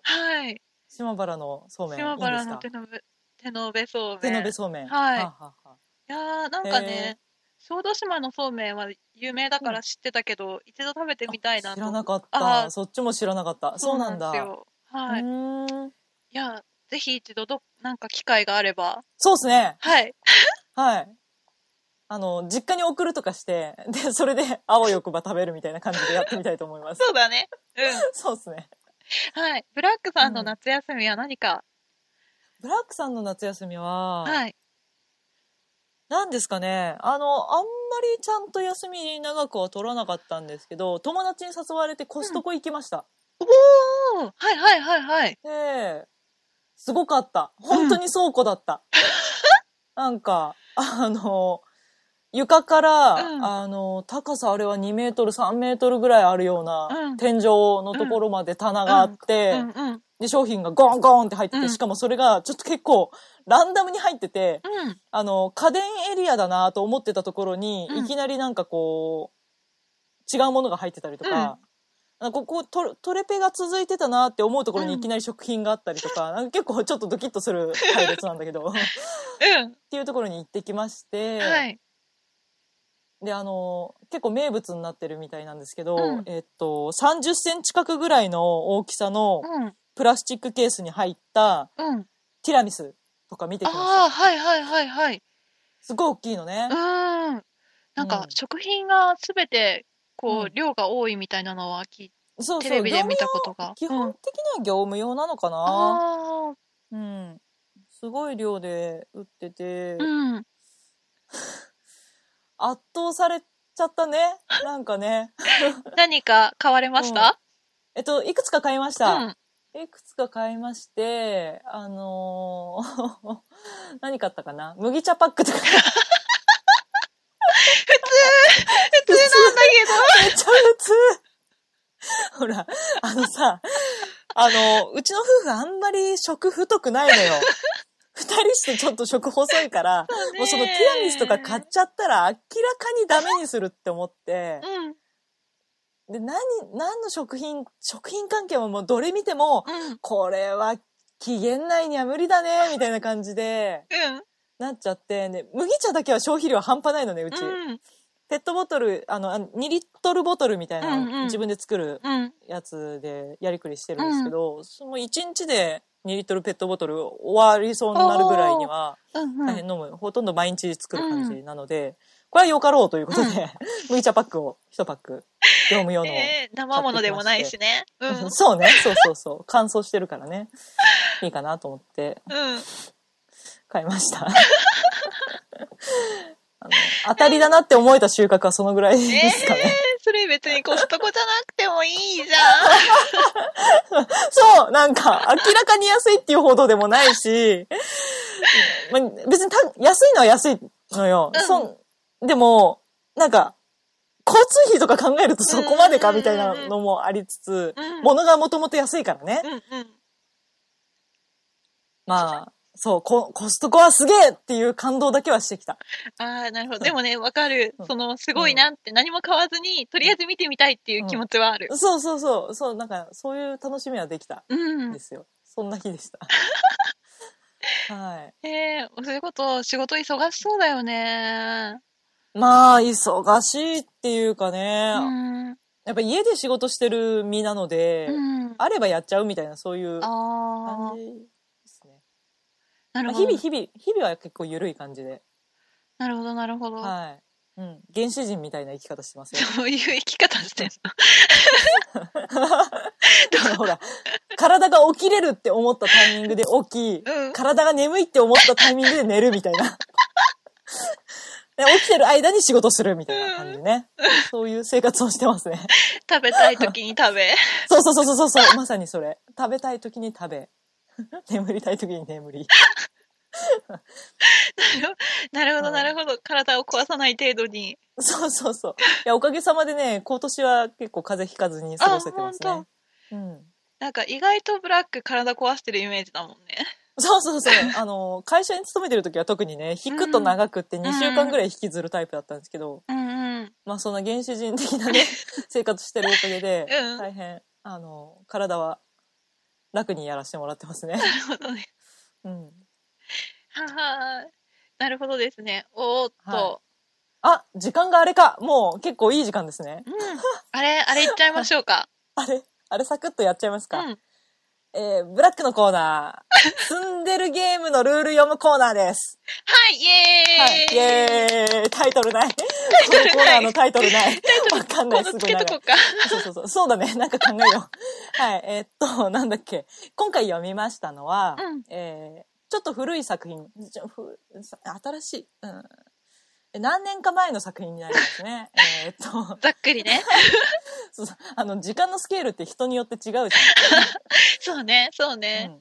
Speaker 2: はい。
Speaker 1: 島原のそうめん。いい
Speaker 2: 島
Speaker 1: んで
Speaker 2: 原
Speaker 1: す
Speaker 2: の
Speaker 1: か
Speaker 2: 手のべ手のべそうめ
Speaker 1: 手
Speaker 2: ん。
Speaker 1: 延べそうめん。
Speaker 2: はい
Speaker 1: はあはあはい
Speaker 2: やーなんか
Speaker 1: へ
Speaker 2: ね、小豆島のそうめんは有名だから知ってたけど、一度食べてみたいな
Speaker 1: 知らな
Speaker 2: か
Speaker 1: かっ
Speaker 2: あ
Speaker 1: た。
Speaker 2: ー
Speaker 1: そっちも知らなかった。そうなんだ。う
Speaker 2: はい。い
Speaker 1: ーん。
Speaker 2: や、ぜひ一度ど、なんか機会があれば。
Speaker 1: そうですね。
Speaker 2: はい。
Speaker 1: はい。あの、実家に送るとかして、で、それで、あわよくば食べるみたいな感じでやってみたいと思います。
Speaker 2: そうだね。う
Speaker 1: そうですね。
Speaker 2: ん。はい。ブラックさんの
Speaker 1: うん
Speaker 2: 夏休みは何か、
Speaker 1: ブラックさんの夏休みは、
Speaker 2: はい。
Speaker 1: 何ですかね、あの、あんまりちゃんと休み長くは取らなかったんですけど、友達に誘われてコストコ行きました。
Speaker 2: おーはいはいはいはい。
Speaker 1: で、すごかった。本当に倉庫だった。なんか、あの、床から、
Speaker 2: うん
Speaker 1: あの、高さあれは2メートル、3メートルぐらいあるよう
Speaker 2: う
Speaker 1: な、
Speaker 2: ん
Speaker 1: 天井のところまで棚があって、
Speaker 2: うんうん。うん。
Speaker 1: で、商品がゴンゴンって入ってて、
Speaker 2: うん
Speaker 1: しかもそれがちょっと結構ランダムに入ってて、あの、家電エリアだなと思ってたところに、
Speaker 2: う
Speaker 1: い
Speaker 2: ん
Speaker 1: きなりなんかこう、違うものが入ってたりとか、なんかここトレトレペが続いてたなって思うところに
Speaker 2: うん
Speaker 1: いきなり食品があったりとか,、なんか結構ちょっとドキッとす る配列なんだけどっ
Speaker 2: うん。
Speaker 1: ていうところに行ってきまして、
Speaker 2: はい。
Speaker 1: であの結構名物になってるみたいなんですけど、
Speaker 2: うん
Speaker 1: えっと3 0センチ角ぐらいの大きさの
Speaker 2: うん。
Speaker 1: プラスチックケースに入った
Speaker 2: うん。
Speaker 1: ティラミスとか見てきました
Speaker 2: ああ、はいはいはいはい。
Speaker 1: すごい大きいのね
Speaker 2: う、ーん。なん
Speaker 1: う
Speaker 2: か
Speaker 1: ん
Speaker 2: 食品がすべて
Speaker 1: う
Speaker 2: こうん量が多いみたいなのはき
Speaker 1: そう
Speaker 2: テ
Speaker 1: そ
Speaker 2: レ
Speaker 1: う
Speaker 2: ビで見たことが。
Speaker 1: 基
Speaker 2: う
Speaker 1: 本
Speaker 2: ん。
Speaker 1: 的には業務用なのかな、
Speaker 2: ああ、
Speaker 1: うんすごい量で売ってて、
Speaker 2: うん。
Speaker 1: 圧倒されちゃったねなんかね
Speaker 2: 何か買われました？
Speaker 1: えっといくつか買いまし
Speaker 2: う
Speaker 1: た、
Speaker 2: ん。
Speaker 1: いくつか買いましてあのー 何買ったかな麦茶パックとか普通普通なんだけどめっちゃ普通ほらあのさあのうちの夫婦あんまり食太くないのよ二人してちょっと食細いからもうそのティラミスとか買っちゃったら明らかにダメにするって思って
Speaker 2: うん。
Speaker 1: で何何の食品食品関係ももうどれ見ても
Speaker 2: うん。
Speaker 1: これは期限内には無理だ ねみたいな感じで
Speaker 2: うん。
Speaker 1: なっちゃって、ね、麦茶だけは消費量半端ないのねうち、
Speaker 2: うん。
Speaker 1: ペットボトルあのあの2リットルボトルみたいな、
Speaker 2: うんうん
Speaker 1: 自分で作る
Speaker 2: うん。
Speaker 1: やつでやりくりしてるんですけど、その1日で2リットルペットボトル終わりそうになるぐらいには
Speaker 2: うん。
Speaker 1: 大変飲む、ほとんど毎日作る感じなので、これはよかろうということで、 麦茶パックを1パック業務用のを。
Speaker 2: えー、生ものでもないしね。うん。うん。
Speaker 1: そうね、そうそうそう。乾燥してるからね。いいかなと思って 買いました。あの当たりだなって思えた収穫はそのぐらいですかね。
Speaker 2: それ別にコストコじゃなくてもいいじゃ
Speaker 1: そう、なんか、明らかに安いっていうほどでもないし、まあ、別にた安いのは安いのよ。
Speaker 2: うん
Speaker 1: そんでも、なんか、交通費とか考えるとそこまでかみたいなのもありつつ、
Speaker 2: うん
Speaker 1: 物がもともと安いからね。
Speaker 2: ん。うんうん。
Speaker 1: まあ、そう、ココストコはすげえっていう感動だけはしてきた。
Speaker 2: ああ、なるほど。でもね、わかる
Speaker 1: うん。
Speaker 2: その、すごいなって、何も買わずに、とりあえず見てみたいっていう気持ちはある。
Speaker 1: そうそうそう、そう、なんか、そういう楽しみはできた
Speaker 2: うん
Speaker 1: んで。すよ。そんな日でした。 はい。
Speaker 2: えー、そういうこと、仕事忙しそうだよね。
Speaker 1: まあ、忙しいっていうかね、
Speaker 2: うん。
Speaker 1: やっぱ家で仕事してる身なので、
Speaker 2: うん。あ
Speaker 1: あればやっちゃうみたいな、そういう感
Speaker 2: あ
Speaker 1: じ
Speaker 2: ー、
Speaker 1: ですね。
Speaker 2: な
Speaker 1: ま
Speaker 2: る
Speaker 1: あ
Speaker 2: ほ
Speaker 1: 日々、
Speaker 2: ど。
Speaker 1: 日々、日々は結構緩い感じで。
Speaker 2: なるほど、なるほど。
Speaker 1: はい。うん。原始人みたいな生き方してますよ。
Speaker 2: そういう生き方してんの。
Speaker 1: ほら、体が起きれるって思ったタイミングで起き、
Speaker 2: うん
Speaker 1: 体が眠いって思ったタイミングで寝るみたい な。で起きてる間に仕事するみたいな感じね。そういう生活をしてますね。
Speaker 2: 食べたい時に食べ。
Speaker 1: そうそうそうそうそうそう、まさにそれ。食べたい時に食べ。 眠りたい時に眠り。
Speaker 2: なるほ
Speaker 1: う
Speaker 2: ど、
Speaker 1: ん
Speaker 2: なるほど。体を壊さない程度に。
Speaker 1: そうそうそう。いや、おかげさまでね、今年は結構風邪ひかずに過ごせてます
Speaker 2: あ
Speaker 1: ね
Speaker 2: 本。
Speaker 1: うん。
Speaker 2: なんか意外とブラック体壊してるイメージだもんね。
Speaker 1: そうそうそう。あの、会社に勤めてる時は特にね、引くと長くって2週間ぐらい引きずるタイプだったんですけど、
Speaker 2: うんうん。
Speaker 1: まあそんな原始人的 なね生活してるおかげで、
Speaker 2: うん
Speaker 1: 大変あの体は楽にやらせてもらってます ね。
Speaker 2: なるほどね。
Speaker 1: うん、
Speaker 2: ははなるほどですね。おーっと。
Speaker 1: あ時間があれかもう結構いい時間ですね。
Speaker 2: うん。あれ、あれ言っちゃいましょうか。
Speaker 1: あれあれサクッとやっちゃいます
Speaker 2: う
Speaker 1: か。
Speaker 2: ん。
Speaker 1: えー、ブラックのコーナー住んでるゲームのルール読むコーナーです。
Speaker 2: はい、イ
Speaker 1: はい、イ
Speaker 2: エーイ
Speaker 1: エーイタイトルない。このコーナーのタイトルない。わかんない
Speaker 2: 今
Speaker 1: す
Speaker 2: 度
Speaker 1: ご
Speaker 2: つ
Speaker 1: い
Speaker 2: け
Speaker 1: 長
Speaker 2: と
Speaker 1: い。
Speaker 2: こうか。
Speaker 1: そうそうそう。そうだね。 なんか考えよう。はい。えーっと、なんだっけ。今回読みましたのは、
Speaker 2: うん
Speaker 1: えーちょっと古い作品、ちょふさ新しい、うんえ、何年か前の作品になります ね。えーっと
Speaker 2: ざっくり ね。
Speaker 1: そうそう、あの、時間のスケールって人によって違うじゃん。
Speaker 2: そうね、そうね。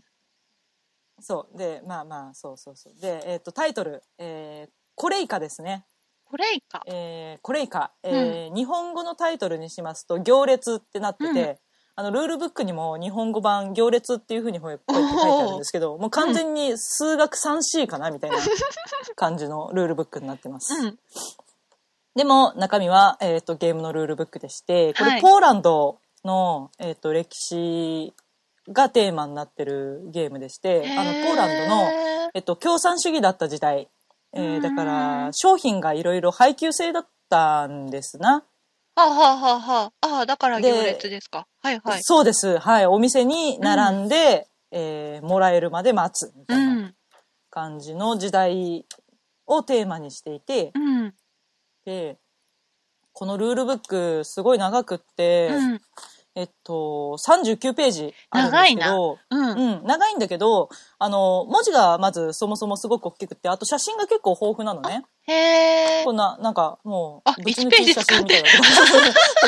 Speaker 1: うんそう。で、まあまあ、そうそうそう。で、えーっと、タイトル、えーこれ以下ですね。
Speaker 2: これいか。
Speaker 1: えーこれ以下、えー日本語のタイトルにしますと「行列」ってなってて、
Speaker 2: う
Speaker 1: あのルールブックにも日本語版「行列」っていうふうにほえこうやって書いてあるんですけどもう完全に数学 3C かなみたいな感じのルールブックになってます。
Speaker 2: うん。
Speaker 1: でも中身は、えー、とゲームのルールブックでしてこ
Speaker 2: は
Speaker 1: れ
Speaker 2: い
Speaker 1: ポーランドの、えっと歴史がテーマになってるゲームでしてあのポーランドの、
Speaker 2: の
Speaker 1: えっと共産主義だった時代、えー
Speaker 2: うん
Speaker 1: だから商品がいろいろ配給制だったんですな。
Speaker 2: はあはあはあはあああだから
Speaker 1: で
Speaker 2: 行列ですかはいはい
Speaker 1: そうです。はい。お店に並んで、えーもらえるまで待つみた
Speaker 2: う
Speaker 1: いなん感じの時代をテーマにしていて、
Speaker 2: うん
Speaker 1: で、このルールブックすごい長くって、
Speaker 2: うん
Speaker 1: えっと、39ページあるんですけど、
Speaker 2: うん
Speaker 1: うん、長いんだけど、あの、文字がまずそもそもすごく大きくって、あと写真が結構豊富なのね。
Speaker 2: へえ
Speaker 1: こんな、なんかもう、
Speaker 2: あ1ページ使って
Speaker 1: な。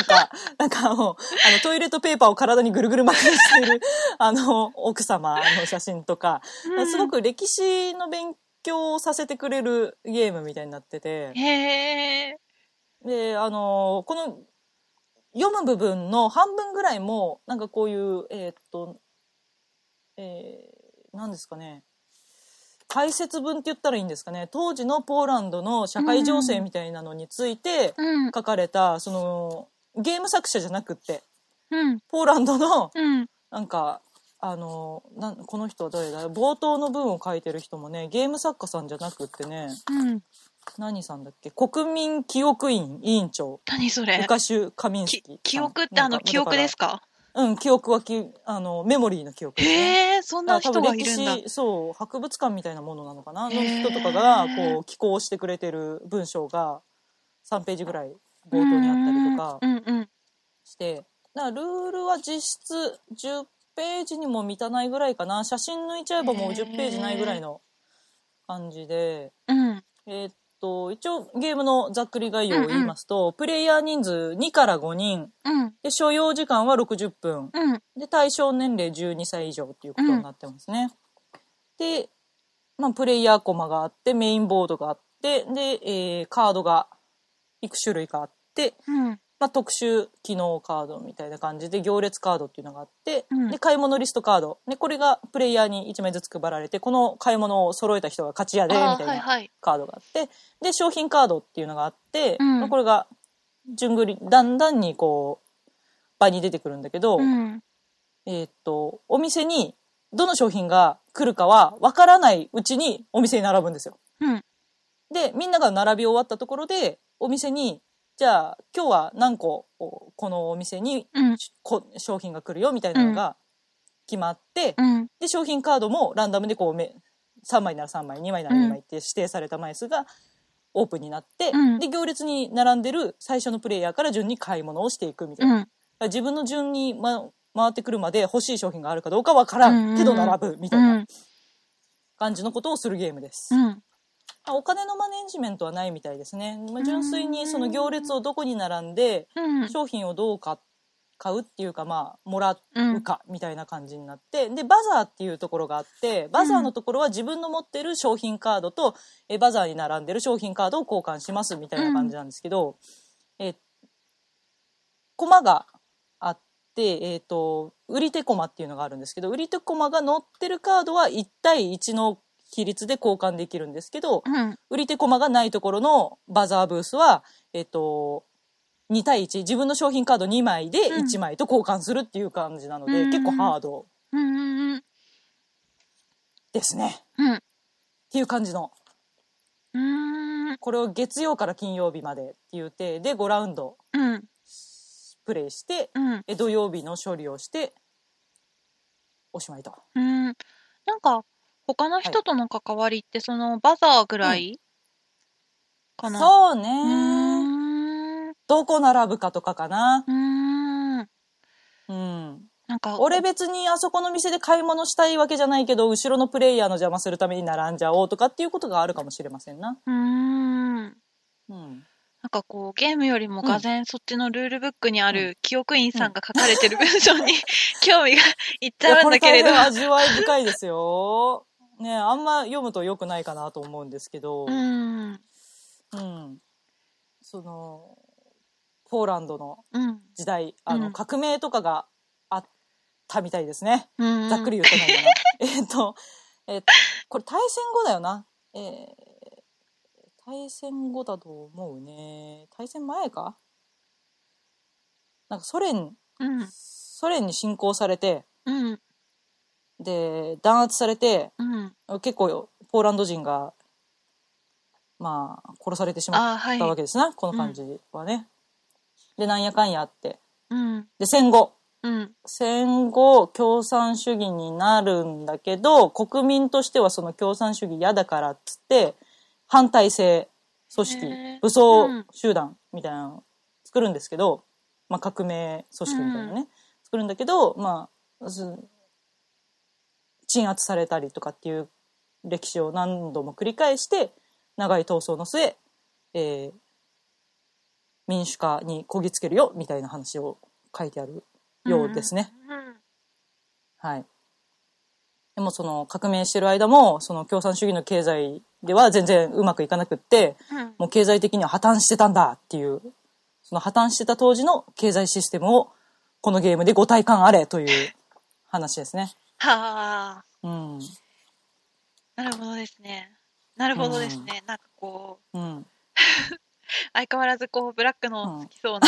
Speaker 1: とか、なんかもう、あの、トイレットペーパーを体にぐるぐる巻きにしている、 あの、奥様の写真とか、すごく歴史の勉強をさせてくれるゲームみたいになってて、
Speaker 2: へえ
Speaker 1: で、あの、この、読む部分の半分ぐらいも、なんかこういう、えーっと、えー、なんですかね、解説文って言ったらいいんですかね、当時のポーランドの社会情勢みたいなのについて、
Speaker 2: うん
Speaker 1: 書かれたそのゲーム作者じゃなくって
Speaker 2: うん
Speaker 1: ポーランドの
Speaker 2: うん
Speaker 1: なんかあのなんこの人は誰だ冒頭の文を書いてる人もねゲーム作家さんじゃなくってね
Speaker 2: うん
Speaker 1: 何さんだっけ国民記憶院委員長
Speaker 2: 何そ
Speaker 1: ル
Speaker 2: れ
Speaker 1: カシュ・カミンス
Speaker 2: き
Speaker 1: キ
Speaker 2: 記憶ってあの記憶です
Speaker 1: か
Speaker 2: か
Speaker 1: うん記憶はきあのメモリーの記憶ですね
Speaker 2: へえそん
Speaker 1: だ
Speaker 2: な
Speaker 1: から多分
Speaker 2: 人がい
Speaker 1: 歴
Speaker 2: るんだ
Speaker 1: 史そう博物館みたいなものなのかなの
Speaker 2: へー
Speaker 1: 人とかがこう寄稿してくれてる文章が3ページぐらい冒頭にあったりとか
Speaker 2: うんうん
Speaker 1: してだからルールは実質10ページにも満たないぐらいかな写真抜いちゃえばもう
Speaker 2: へー
Speaker 1: 10ページないぐらいの感じで
Speaker 2: うん
Speaker 1: えーっと一応ゲームのざっくり概要を言いますと、プレイヤー人数2から5人
Speaker 2: うん
Speaker 1: で所要時間は60分
Speaker 2: うん
Speaker 1: で対象年齢12歳以上っていうことになってますね。で、まあ、プレイヤーコマがあってメインボードがあってで、えーカードがいく種類かあって
Speaker 2: うん
Speaker 1: まあ、特殊機能カードみたいな感じで行列カードっていうのがあって、
Speaker 2: うん
Speaker 1: で買い物リストカードでこれがプレイヤーに1枚ずつ配られてこの買い物を揃えた人が勝ちやでみ
Speaker 2: あ
Speaker 1: た
Speaker 2: ー
Speaker 1: い
Speaker 2: はい
Speaker 1: な
Speaker 2: はい
Speaker 1: カードがあってで商品カードっていうのがあって、
Speaker 2: うん
Speaker 1: まあこれが順繰りだんだんにこう場に出てくるんだけど、
Speaker 2: うん
Speaker 1: えーっとお店にどの商品が来るかはわからないうちにお店に並ぶんですよ。
Speaker 2: うん
Speaker 1: でみんなが並び終わったところでお店にじゃあ今日は何個このお店に
Speaker 2: うん
Speaker 1: こ商品が来るよみたいなのが決まって、
Speaker 2: うん
Speaker 1: で商品カードもランダムでこうめ3枚なら3枚2枚なら2枚って指定された枚数がオープンになって、
Speaker 2: うん
Speaker 1: で行列に並んでる最初のプレイヤーから順に買い物をしていくみたいな、だ
Speaker 2: うん
Speaker 1: から自分の順に、ま、回ってくるまで欲しい商品があるかどうかわから
Speaker 2: うんうん
Speaker 1: んけど並ぶみたいうなん感じのことをするゲームです。
Speaker 2: うん
Speaker 1: あお金のマネジメントはないみたいですね。ま
Speaker 2: う
Speaker 1: あ
Speaker 2: ん
Speaker 1: 純粋にその行列をどこに並んで
Speaker 2: うん
Speaker 1: 商品をどうか買うっていうかまあもら
Speaker 2: うん
Speaker 1: うかみたいな感じになってでバザーっていうところがあってバザーのところは自分の持ってる商品カードとえバザーに並んでる商品カードを交換しますみたいな感じなんですけど、えコマがあって、えー、と売り手コマっていうのがあるんですけど売り手コマが載ってるカードは1対1の比率で交換できるんですけど、
Speaker 2: うん
Speaker 1: 売り手コマがないところのバザーブースは、えっと、2対1自分の商品カード2枚で
Speaker 2: うん
Speaker 1: 1枚と交換するっていう感じなので、
Speaker 2: うん
Speaker 1: 結構ハード
Speaker 2: うんうん
Speaker 1: ですね。
Speaker 2: うん
Speaker 1: っていう感じの
Speaker 2: うん
Speaker 1: これを月曜から金曜日までっていう体で5ラウンド
Speaker 2: うん
Speaker 1: プレイして
Speaker 2: うん
Speaker 1: え土曜日の処理をしておしまいと。
Speaker 2: うんなんか他の人との関わりってそのバザーぐらいかな
Speaker 1: そう
Speaker 2: う
Speaker 1: ね
Speaker 2: ーんう
Speaker 1: どこ並ぶかとかかな。
Speaker 2: ーん
Speaker 1: うん
Speaker 2: なんか
Speaker 1: 俺別にあそこの店で買い物したいわけじゃないけど後ろのプレイヤーの邪魔するために並んじゃおうとかっていうことがあるかもしれませんな。
Speaker 2: うーん
Speaker 1: うん、
Speaker 2: なんかこう、ゲームよりも
Speaker 1: うん
Speaker 2: がぜんそっちのルールブックにあ
Speaker 1: う
Speaker 2: る記憶員さんが書かれてる文章に 興味がいっちゃうんだけ
Speaker 1: い
Speaker 2: れ
Speaker 1: やこ
Speaker 2: ど。
Speaker 1: れ大変味わい深いですよ。ねあんま読むと良くないかなと思うんですけど、
Speaker 2: うん。うん。
Speaker 1: うんそのポーランドの
Speaker 2: うん
Speaker 1: 時代あの、
Speaker 2: うん
Speaker 1: 革命とかがあったみたいですね。
Speaker 2: うん。
Speaker 1: ざっくり言うとないか な。えっと、えっとこれ対戦後だよな。えー対戦後だと思うね。対戦前かなんかソ連
Speaker 2: うん
Speaker 1: ソ連に侵攻されて
Speaker 2: うん
Speaker 1: で弾圧されて
Speaker 2: うん
Speaker 1: 結構ポーランド人がまあ殺されてしまっ
Speaker 2: あーはい
Speaker 1: たわけですな、この感じはね。でなんやかんやあって
Speaker 2: うん
Speaker 1: で戦後
Speaker 2: うん
Speaker 1: 戦後共産主義になるんだけど国民としてはその共産主義嫌だからっつって反体制組織
Speaker 2: へー
Speaker 1: 武装集団みたいなのを作るんですけど、まあ、革命組織みたいなね、作るんだけど、まあ、す鎮圧されたりとかっていう歴史を何度も繰り返して長い闘争の末、えー民主化にこぎつけるよみたいな話を書いてあるようですね。
Speaker 2: うん
Speaker 1: はい。でもその革命してる間も、その共産主義の経済では全然うまくいかなくって、
Speaker 2: うん
Speaker 1: もう経済的には破綻してたんだっていう、その破綻してた当時の経済システムを、このゲームでご体感あれと いう話ですね。
Speaker 2: はあ
Speaker 1: うん。
Speaker 2: なるほどですねなるほどですね、なんかこう
Speaker 1: うん。
Speaker 2: 相変わらずこうブラック
Speaker 1: う
Speaker 2: の
Speaker 1: ん
Speaker 2: 好きそうな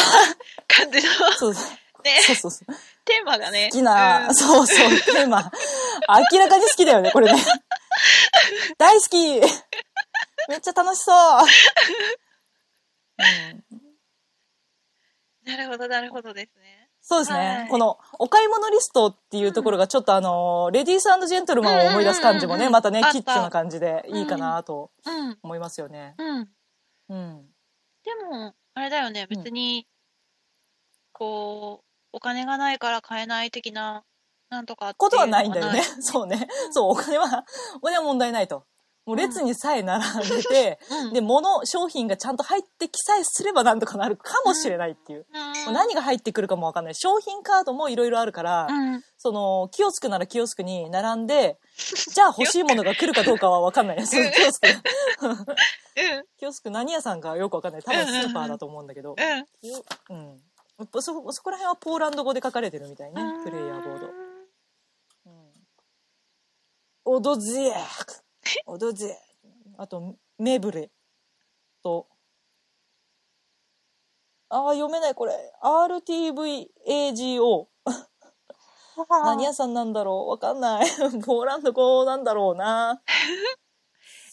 Speaker 2: 感じの、
Speaker 1: そうそう
Speaker 2: ね
Speaker 1: そうそう。好
Speaker 2: テーマがね
Speaker 1: きな、
Speaker 2: うん
Speaker 1: そうそう、テーマ。明らかに好きだよね、これね。大好きめっちゃ楽しそう、うん
Speaker 2: なるほどなるほどですね
Speaker 1: そうですね、
Speaker 2: はい
Speaker 1: このお買い物リストっていうところがちょっとあの、レディースジェントルマンを思い出す感じも
Speaker 2: うんうんうん
Speaker 1: ね、
Speaker 2: うん
Speaker 1: またね
Speaker 2: あっ、た
Speaker 1: キッチュな感じでいいかなと
Speaker 2: うん
Speaker 1: 思いますよね。
Speaker 2: うん
Speaker 1: うん。
Speaker 2: でもあれだよね
Speaker 1: うん
Speaker 2: 別に、こうお金がないから買えない的ななんとかって
Speaker 1: こと
Speaker 2: い
Speaker 1: は
Speaker 2: うの
Speaker 1: ないんだよね。
Speaker 2: が
Speaker 1: そうね。そう、お金は、お金は問題ないと。もう列にさえ並んでて、
Speaker 2: ないうん
Speaker 1: で、物、商品がちゃんと入って記載すればなんとかなるかもしれないっていう。もう何が入ってくるかもわかんない。商品カードもいろいろあるから、
Speaker 2: うんうん
Speaker 1: その、キオスクならキオスクに並んで、じゃあ欲しいものが来るかどうかはわかんない。そのキオスク
Speaker 2: うん
Speaker 1: キオスク何屋さんかよくわかんない。多分スーパーだと思うんだけど。
Speaker 2: うん
Speaker 1: うん。そ、そこら辺はポーランド語で書かれてるみたいね
Speaker 2: う。ん
Speaker 1: プレイヤーボード。うん。オドズエオドズエあと、メブレと、ああ、読めないこれ。RTVAGO。何屋さんなんだろうわかんない。 ポーランド語なんだろうな。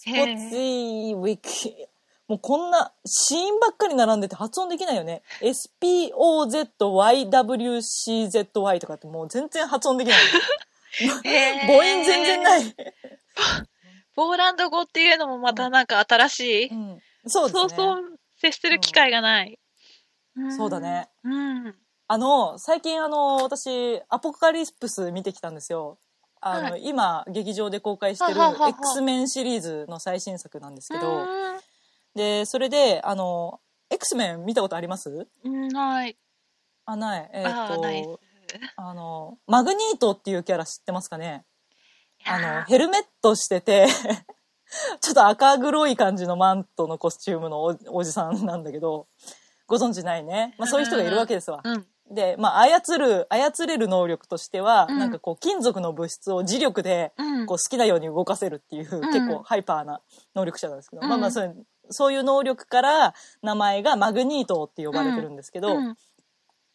Speaker 2: へ
Speaker 1: こっ
Speaker 2: え
Speaker 1: ちウィキ。もうこんな、シーンばっかり並んでて発音できないよね。SPOZYWCZY とかってもう全然発音できない。
Speaker 2: へー
Speaker 1: 母音全然ない。
Speaker 2: ポーランド語っていうのもまたなんか新しい、
Speaker 1: うん、そうです
Speaker 2: そ
Speaker 1: ね
Speaker 2: うそう接する機会がない、ん
Speaker 1: そうだね
Speaker 2: うん
Speaker 1: あの、最近あの、私、アポカリプス見てきたんですよ。あの、
Speaker 2: は
Speaker 1: 今、劇場で公開してる
Speaker 2: はははは
Speaker 1: X メンシリーズの最新作なんですけど、
Speaker 2: うん
Speaker 1: で、それで、あの、X メン見たことあります
Speaker 2: うんない
Speaker 1: あ、ない。えっ、
Speaker 2: あー
Speaker 1: と、
Speaker 2: ないっす
Speaker 1: あの、マグニートっていうキャラ知ってますかねあ
Speaker 2: いや
Speaker 1: の、
Speaker 2: ー
Speaker 1: ヘルメットしてて、 ちょっと赤黒い感じのマントのコスチュームのおおじさんなんだけど、ご存知ないね。まあそういう人がいるわけですわ。
Speaker 2: うん
Speaker 1: で、まあ操る、操れる能力としては、
Speaker 2: うん
Speaker 1: なんかこう金属の物質を磁力で、
Speaker 2: うん
Speaker 1: こう好きなように動かせるっていう、結構ハイパーな能力者なんですけど、まあまあそれ、そういう能力から名前がマグニートって呼ばれてるんですけど、
Speaker 2: うん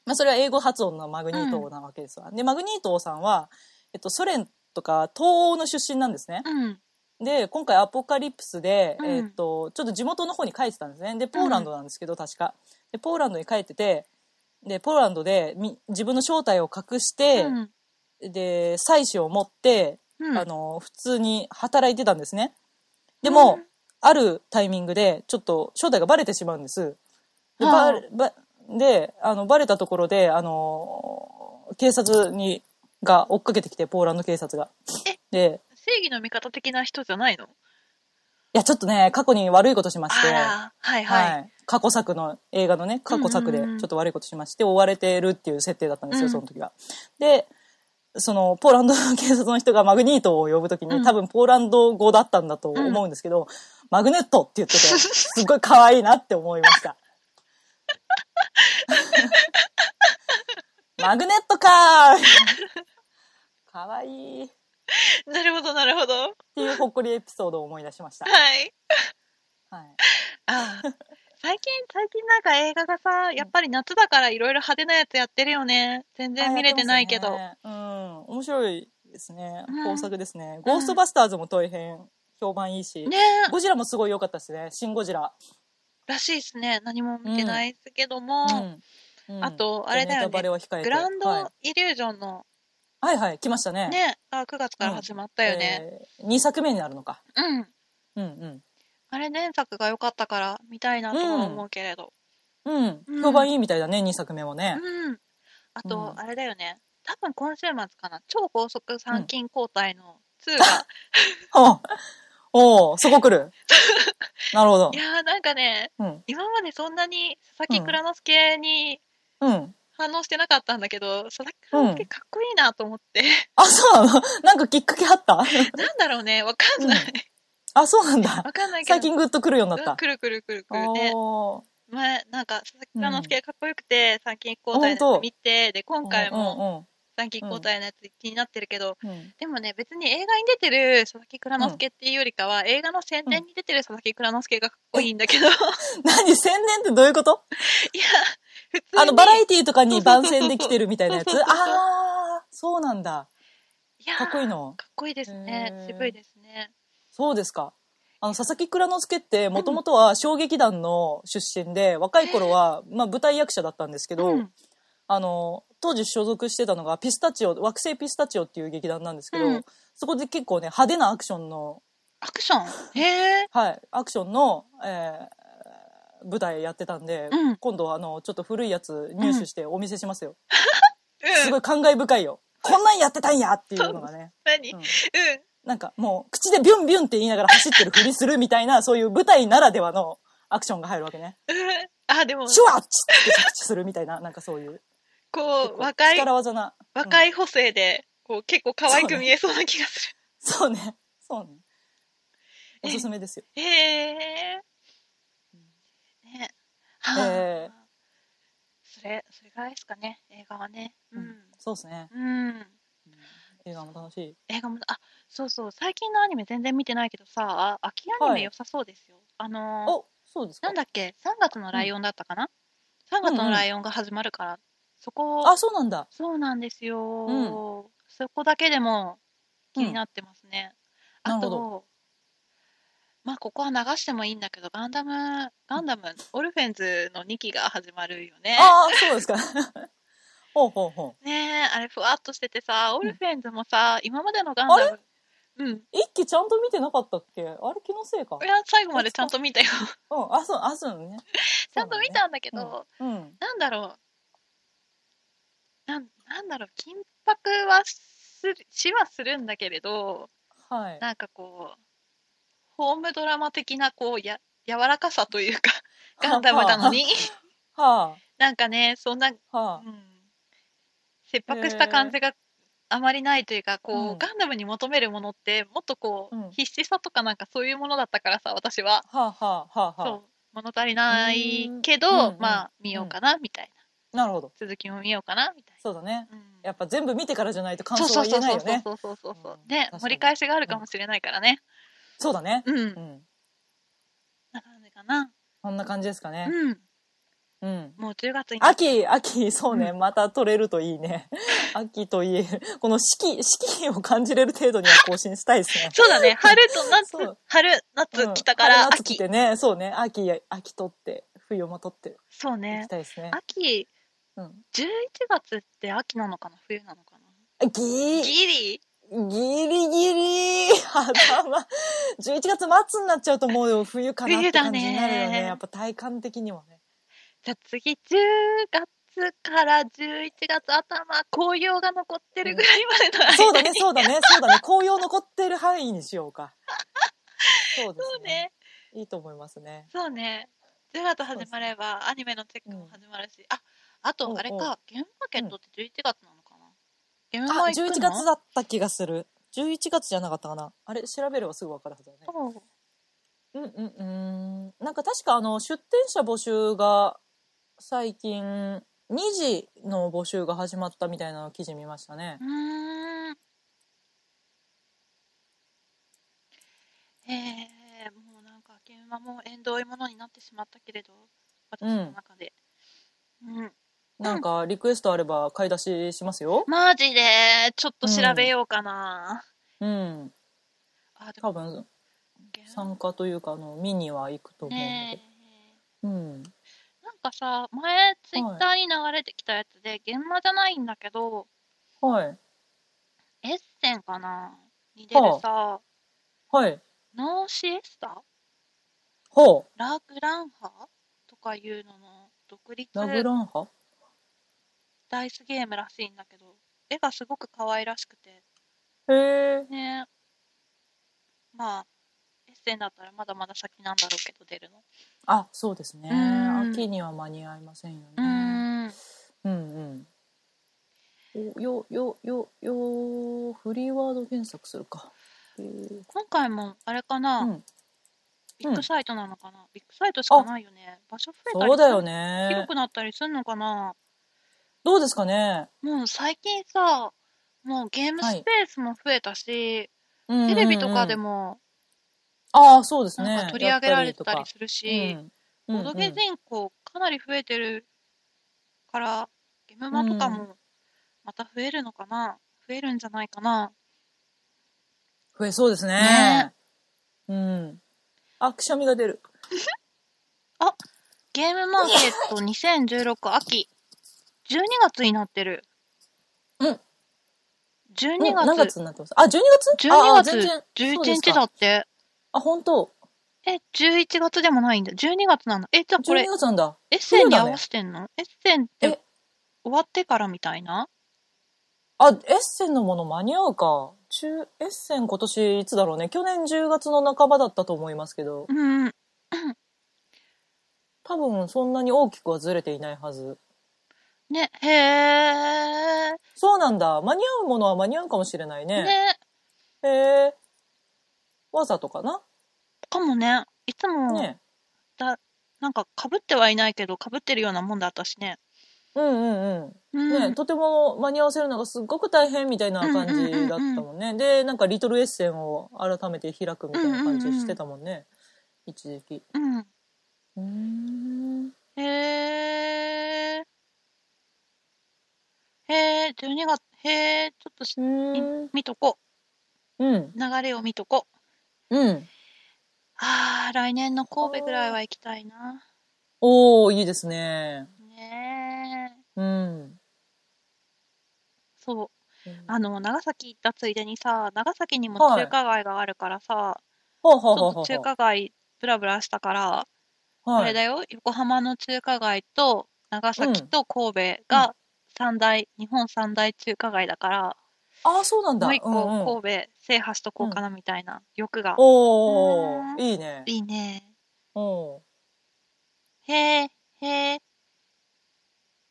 Speaker 1: まあ、それは英語発音のマグニートなわけですわ。で、マグニートさんは、えっと、ソ連とか東欧の出身なんですね。
Speaker 2: うん
Speaker 1: で、今回アポカリプスで、
Speaker 2: うん
Speaker 1: えっと、ちょっと地元の方に帰ってたんですね。で、ポーランドなんですけど、確か。で、ポーランドに帰ってて、で、ポーランドでみ自分の正体を隠して
Speaker 2: う、ん
Speaker 1: で、妻子を持って、
Speaker 2: うん
Speaker 1: あの、普通に働いてたんですね。でも、
Speaker 2: うん
Speaker 1: あるタイミングで、ちょっと正体がバレてしまうんです。で、
Speaker 2: はあ
Speaker 1: バレばであのバレたところで、あの、警察に、が追っかけてきて、ポーランド警察が。で、
Speaker 2: 正義の味方的な人じゃないの
Speaker 1: いや、ちょっとね、過去に悪いことしまして、
Speaker 2: あらはいはい
Speaker 1: い過去作の、映画のね、過去作で
Speaker 2: う
Speaker 1: ち
Speaker 2: んうんう
Speaker 1: ょ
Speaker 2: ん
Speaker 1: っと悪いことしまして、追われてるっていう設定だったんです
Speaker 2: う
Speaker 1: よ、
Speaker 2: ん
Speaker 1: その時は。で、その、ポーランド の警察の人がマグニートを呼ぶとき
Speaker 2: うん
Speaker 1: に、多分ポーランド語だったんだと思うんですけど、マグネットって言ってて、すっごい可愛いなって思いま した。マグネットかーかわいいっ
Speaker 2: なるほどなるほどは
Speaker 1: ていうほっこりエピソードを思い出しました。
Speaker 2: い
Speaker 1: はい。
Speaker 2: あー最近、最近なんか映画がさ、やっぱり夏だからいろいろ派手なやつやってるよね。全然見れてないけ
Speaker 1: あ
Speaker 2: ど。
Speaker 1: やってますねうん面白いですね
Speaker 2: うん
Speaker 1: 豊作ですね、ゴーストバスターズも大変評判いいし、
Speaker 2: ねえ、
Speaker 1: ゴジラもすごい良かったですねシン・ゴジラ、
Speaker 2: らしいですね。何も見てないですけど
Speaker 1: う
Speaker 2: も。
Speaker 1: んうん
Speaker 2: あと、あれ
Speaker 1: ネ
Speaker 2: だよ
Speaker 1: タバ
Speaker 2: ね
Speaker 1: レ。は控えて
Speaker 2: グラン
Speaker 1: はい
Speaker 2: ドイリュージョンの
Speaker 1: はいはい来ましたね
Speaker 2: ね、あ9月から始まったよね。
Speaker 1: えー、2作目になるのか
Speaker 2: うん。
Speaker 1: うん
Speaker 2: あれ、前作が良かったから見たいなとは思うけれど。
Speaker 1: うんう
Speaker 2: うんん
Speaker 1: 評判いいみたいだね2作目もね、
Speaker 2: うん。あと
Speaker 1: う、ん
Speaker 2: あれだよね。多分今週末かな。超高速参勤交代の2が。
Speaker 1: おおうそこ来 るなるほど
Speaker 2: いやーなんかね、
Speaker 1: うん
Speaker 2: 今までそんなに佐
Speaker 1: う
Speaker 2: 々
Speaker 1: ん
Speaker 2: 木蔵之介に
Speaker 1: うん
Speaker 2: 反応してなかったんだけど、佐々木蔵之介かっこいいなと思 って。
Speaker 1: あそうなのなんかきっかけあった
Speaker 2: なんだろうね、わかんない。
Speaker 1: あそうなんだ
Speaker 2: わかんないけど。
Speaker 1: 最近グッと来るようになっ
Speaker 2: うん
Speaker 1: た
Speaker 2: くるくるくるくるね。
Speaker 1: おー
Speaker 2: 前、なんか、佐々木蔵之介がかっこよくて、参勤交代
Speaker 1: ほ
Speaker 2: の
Speaker 1: んと
Speaker 2: やつ見て、で、今回も
Speaker 1: う
Speaker 2: 参勤交代のやつ気になってるけど、
Speaker 1: んうんうん
Speaker 2: でもね、別に映画に出てる佐々木蔵之介っていうよりかは、映画の宣伝に出てる佐々木蔵之介がかっこいいんだ けど、いや、
Speaker 1: 何宣伝ってどういうこと
Speaker 2: 普通に。
Speaker 1: あのバラエティーとか
Speaker 2: そ
Speaker 1: に
Speaker 2: うそうそう
Speaker 1: 番宣で来てるみたいなやつ
Speaker 2: そうそうそう
Speaker 1: ああそうなんだ
Speaker 2: いやー
Speaker 1: かっこいいの
Speaker 2: かっこいいですね
Speaker 1: へー。
Speaker 2: 渋いですね。
Speaker 1: そうですかあの佐々木蔵之介ってもともとは小劇団の出身で、若い頃は、まあ、舞台役者だったんですけど、
Speaker 2: うん
Speaker 1: あの当時所属してたのがピスタチオ惑星ピスタチオっていう劇団なんですけど、
Speaker 2: うん
Speaker 1: そこで結構ね派手なアクションの、
Speaker 2: アクションへえ。
Speaker 1: はい、アクションの、えー舞台やってたんで、
Speaker 2: うん
Speaker 1: 今度はあのちょっと古いやつ入手してお見せしますよ。
Speaker 2: う
Speaker 1: す
Speaker 2: ん。
Speaker 1: ごい感慨深いよ。こんなんやってたんやっていうのがね。
Speaker 2: 何
Speaker 1: う
Speaker 2: うんん。
Speaker 1: なんかもう、口でビュンビュンって言いながら走ってるふりするみたいな、そういう舞台ならではのアクションが入るわけね。
Speaker 2: うんあ、でも、
Speaker 1: シュワッチって着地するみたいな、なんかそういう。
Speaker 2: こ
Speaker 1: 結
Speaker 2: う、
Speaker 1: 構
Speaker 2: 若い、
Speaker 1: 力技な。
Speaker 2: 若
Speaker 1: い。
Speaker 2: い補正で、こう、結構可愛く見えそうな気がす
Speaker 1: そうね。そうね。おすすめですよ。
Speaker 2: る。へえ。ね。は
Speaker 1: えー
Speaker 2: あ。それ、それぐらいですかね、映画はね。う
Speaker 1: うん
Speaker 2: ん。
Speaker 1: そうですね。
Speaker 2: うん。
Speaker 1: 映画も楽しい。
Speaker 2: 映画も、あ、そうそう、最近のアニメ全然見てないけどさ、秋アニ
Speaker 1: は
Speaker 2: メ
Speaker 1: い
Speaker 2: 良さそうですよ。あのー、
Speaker 1: お、そうですか。
Speaker 2: なんだっけ、3月のライオンだったかな、?3 月のライオンが始まるから、そこを
Speaker 1: あ、そうなんだ。
Speaker 2: そうなんですよ、
Speaker 1: ん
Speaker 2: そこだけでも気になってますね。
Speaker 1: うんな
Speaker 2: あ
Speaker 1: るほ
Speaker 2: と、まあ、ここは流してもいいんだけど、ガンダム、ガンダム、オルフェンズの2期が始まるよね。
Speaker 1: ああ、そうですか。 ほうほうほ
Speaker 2: ねえ、あれ、ふわっとしててさ、オルフェンズもさ、今までのガンダム、うん。
Speaker 1: う。一期ちゃんと見てなかったっけあれ気のせいか。
Speaker 2: いや、最後までちゃんと見たよ。
Speaker 1: うん、あ、そう、あ、そうね。
Speaker 2: ちゃんと見たんだけど、
Speaker 1: そうなんだね。
Speaker 2: なんだろう。なん、なんだろう、緊迫はする、しはするんだけれど、
Speaker 1: うん。はい。
Speaker 2: なんかこう、ホームドラマ的な、こう、や、柔らかさというか、ガンダムなのに、
Speaker 1: は
Speaker 2: なんかね、そんな、
Speaker 1: あ、はあ
Speaker 2: う。ん、切迫した感じがあまりないというか、こう、
Speaker 1: うん
Speaker 2: ガンダムに求めるものって、もっとこう、
Speaker 1: うん
Speaker 2: 必死さとかなんかそういうものだったからさ、私は。
Speaker 1: はあはあはあは
Speaker 2: そう、物足りないけ
Speaker 1: う
Speaker 2: ど、
Speaker 1: んうん
Speaker 2: まあ、見ようかな、みたいな。
Speaker 1: あ。なるほど。
Speaker 2: 続きも見ようかな、みたいな。
Speaker 1: そうだね。
Speaker 2: うん
Speaker 1: やっぱ全部見てからじゃないと感
Speaker 2: そう
Speaker 1: 想は
Speaker 2: そう
Speaker 1: 言
Speaker 2: そ
Speaker 1: え
Speaker 2: う
Speaker 1: ない
Speaker 2: そ
Speaker 1: よ
Speaker 2: うそう
Speaker 1: ね。
Speaker 2: そうそうそうそう
Speaker 1: うん
Speaker 2: ね
Speaker 1: 確かに
Speaker 2: 盛り返しがあるかもしれないからね
Speaker 1: そうだね。
Speaker 2: うん、
Speaker 1: う
Speaker 2: こん
Speaker 1: ん。
Speaker 2: な感じかな
Speaker 1: こんな感じですかね。
Speaker 2: うん
Speaker 1: うん。
Speaker 2: もう10月に。
Speaker 1: 秋、秋、そうね、また撮れるといいね。 秋といえ、この四季、四季を感じれる程度には更新したいですね
Speaker 2: そうだね春と
Speaker 1: そ
Speaker 2: 夏
Speaker 1: う
Speaker 2: 春
Speaker 1: う
Speaker 2: 夏
Speaker 1: ん
Speaker 2: 来たから
Speaker 1: 春夏来
Speaker 2: 秋
Speaker 1: てね、そうね、秋、秋撮って、冬も撮って
Speaker 2: そう
Speaker 1: い
Speaker 2: ね
Speaker 1: きたいですね。
Speaker 2: 秋
Speaker 1: うん。
Speaker 2: 11月って秋なのかな冬なのかな
Speaker 1: ギー
Speaker 2: ギリ
Speaker 1: ギリギリ頭11月末になっちゃうともう冬かなって感じになるよね
Speaker 2: 冬だね
Speaker 1: やっぱ体感的にはね
Speaker 2: じゃあ次10月から11月頭紅葉が残ってるぐらいまでの間に
Speaker 1: そうだねそうだねそうだね紅葉残ってる範囲にしようかそうで
Speaker 2: そ
Speaker 1: す
Speaker 2: う
Speaker 1: ね
Speaker 2: ね
Speaker 1: いいと思いますね
Speaker 2: そうね。10月始まれば、アニメのチェックも始まるし、あ、
Speaker 1: おう
Speaker 2: あ
Speaker 1: お
Speaker 2: と、
Speaker 1: う
Speaker 2: あれか、ゲームマーケットって11月なのかなゲーム
Speaker 1: あ
Speaker 2: マーケッ
Speaker 1: 11
Speaker 2: ト
Speaker 1: 月だった気がする11月じゃなかったかなあれ調べればすぐ分かるはずだねうんうんうんなんか確かあの出店者募集が最近2時の募集が始まったみたいな記事見ましたね
Speaker 2: うーん。えー、もうなんか、かゲームはもう縁遠いものになってしまったけれど私の中で、うん、
Speaker 1: なんか、リクエストあれば買い出ししますよ。
Speaker 2: マジでちょっと調べようかな、
Speaker 1: うん。
Speaker 2: あで
Speaker 1: 多
Speaker 2: も
Speaker 1: 分、
Speaker 2: ゲーム
Speaker 1: 参加というか、あの、見には行くと思うんだけ
Speaker 2: ね
Speaker 1: ど。うん。
Speaker 2: なんかさ前ツイッターに流れてきたやつで、現場じゃないんだけど
Speaker 1: はい。
Speaker 2: エッセンかなに出るさ
Speaker 1: はい。
Speaker 2: ノーシエスタ
Speaker 1: ほ
Speaker 2: ラグランハとかいうのの独立
Speaker 1: う。ラグランハ
Speaker 2: ダイスゲームらしいんだけど絵がすごく可愛らしくて
Speaker 1: へえ。
Speaker 2: ねまあエッセンだったらまだまだ先なんだろうけど出るの
Speaker 1: あ、そうですね。
Speaker 2: うん
Speaker 1: 秋には間に合いませんよ
Speaker 2: う
Speaker 1: ね。
Speaker 2: ーん
Speaker 1: うんうん。およ、よ、よ、よ、フリーワード検索するか。えー
Speaker 2: 今回もあれかな、
Speaker 1: うん。
Speaker 2: ビッグサイトなのかなビッグサイトしかないよね場所増えたり
Speaker 1: そうだよ
Speaker 2: 広
Speaker 1: ね。
Speaker 2: くなったりすんのかな
Speaker 1: どうですかね。
Speaker 2: もう最近さもうゲームスペースも増えたし、テ
Speaker 1: テ
Speaker 2: レビとかで。も
Speaker 1: ああ、そうですね。
Speaker 2: なんか取り上げられた
Speaker 1: や
Speaker 2: り
Speaker 1: っ
Speaker 2: するし、
Speaker 1: たりとかうん
Speaker 2: ボドゲ
Speaker 1: うんうん
Speaker 2: 人口かなり増えてるから、ゲムマとかもまた増えるのかな、増えるんじゃないかな。
Speaker 1: 増えそうですね
Speaker 2: ね。
Speaker 1: うん。あ、くしゃみが出る。
Speaker 2: ゲームマーケット2016秋、12月になってる。
Speaker 1: うん。
Speaker 2: 12
Speaker 1: もう何月
Speaker 2: 月、
Speaker 1: になってますあ、12月あ
Speaker 2: 12
Speaker 1: あ全然
Speaker 2: 月11日
Speaker 1: そうです
Speaker 2: だ
Speaker 1: か
Speaker 2: って。
Speaker 1: あ、本当
Speaker 2: え、11月でもないんだ。12月なんだ。え、じゃあこれ
Speaker 1: 12、月なんだ。
Speaker 2: エッセンに
Speaker 1: だ
Speaker 2: 合
Speaker 1: ね
Speaker 2: わせてんの、エッセンって
Speaker 1: え
Speaker 2: 終わってからみたいな
Speaker 1: あ、エッセンのもの間に合うか。中、エッセン今年いつだろうね。去年10月の半ばだったと思いますけど
Speaker 2: う、ん。
Speaker 1: 多分そんなに大きくはずれていないはず。
Speaker 2: ね、へえ。
Speaker 1: そうなんだ。間に合うものは間に合うかもしれないね。
Speaker 2: ね、
Speaker 1: へえ。わざとかな、
Speaker 2: かもね。いつも、
Speaker 1: ね。
Speaker 2: なんか被ってはいないけど、被ってるようなもんだったしね。
Speaker 1: うんうんうん。
Speaker 2: うん。
Speaker 1: ね、とても間に合わせるのがすっごく大変みたいな感じだったもんね、でなんかリトルエッセンを改めて開くみたいな感じしてたもんね、一時期
Speaker 2: うん。
Speaker 1: うーん
Speaker 2: へえ。へえ、12月、へえ、ちょっとし
Speaker 1: うーん
Speaker 2: 見とこ
Speaker 1: うん
Speaker 2: う。流れを見とこう。
Speaker 1: うん
Speaker 2: ああ、来年の神戸ぐらいは行きたいな。
Speaker 1: おーいいですね
Speaker 2: ねえ。
Speaker 1: うん
Speaker 2: そう。あの、長崎行ったついでにさ、長崎にも中華街があるからさ、
Speaker 1: ほうほ
Speaker 2: ち
Speaker 1: うほ
Speaker 2: ょ
Speaker 1: うほ
Speaker 2: っと
Speaker 1: う
Speaker 2: 中華街ブラブラしたから、あ
Speaker 1: は
Speaker 2: れ
Speaker 1: い
Speaker 2: だよ、横浜の中華街と長崎と神戸
Speaker 1: う
Speaker 2: が三大、日本三大中華街だから、
Speaker 1: ああそうなんだ
Speaker 2: もう一個
Speaker 1: うんうん、
Speaker 2: 神戸制覇しとこうかなみたいな欲が。
Speaker 1: お
Speaker 2: う
Speaker 1: ー
Speaker 2: ん
Speaker 1: いいね
Speaker 2: いいね。
Speaker 1: おー
Speaker 2: へえ、へえ、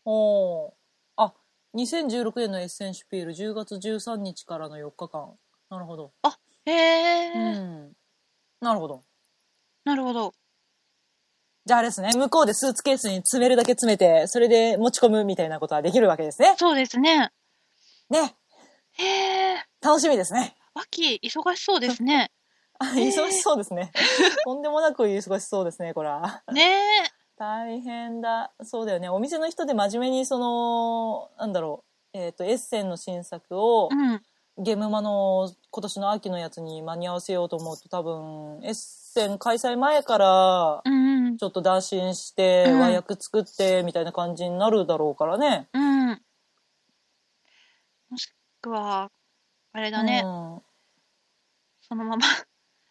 Speaker 1: おーあ2016年のエッセンシュピール10月13日からの4日間なるほど
Speaker 2: へ
Speaker 1: う
Speaker 2: え、
Speaker 1: んなるほど
Speaker 2: なるほど。
Speaker 1: じゃああれですね、向こうでスーツケースに詰めるだけ詰めて、それで持ち込むみたいなことはできるわけですね。
Speaker 2: そうですね。
Speaker 1: ね、
Speaker 2: へえ、
Speaker 1: 楽しみですね。
Speaker 2: 秋、忙しそうですね。
Speaker 1: あ忙しそうですね。 とんでもなく忙しそうですね、こら。
Speaker 2: ねえ、
Speaker 1: 大変だ。そうだよね。お店の人で真面目に、その、なんだろう、えっ、と、エッセンの新作を
Speaker 2: う、ん、
Speaker 1: ゲームマの今年の秋のやつに間に合わせようと思うと、多分、エッセン開催前から、
Speaker 2: うん、うん
Speaker 1: ちょっと打診して、
Speaker 2: うん
Speaker 1: 和訳作って、みたいな感じになるだろうからね。
Speaker 2: うん。もしくは、あれだね。
Speaker 1: うん
Speaker 2: そのま ま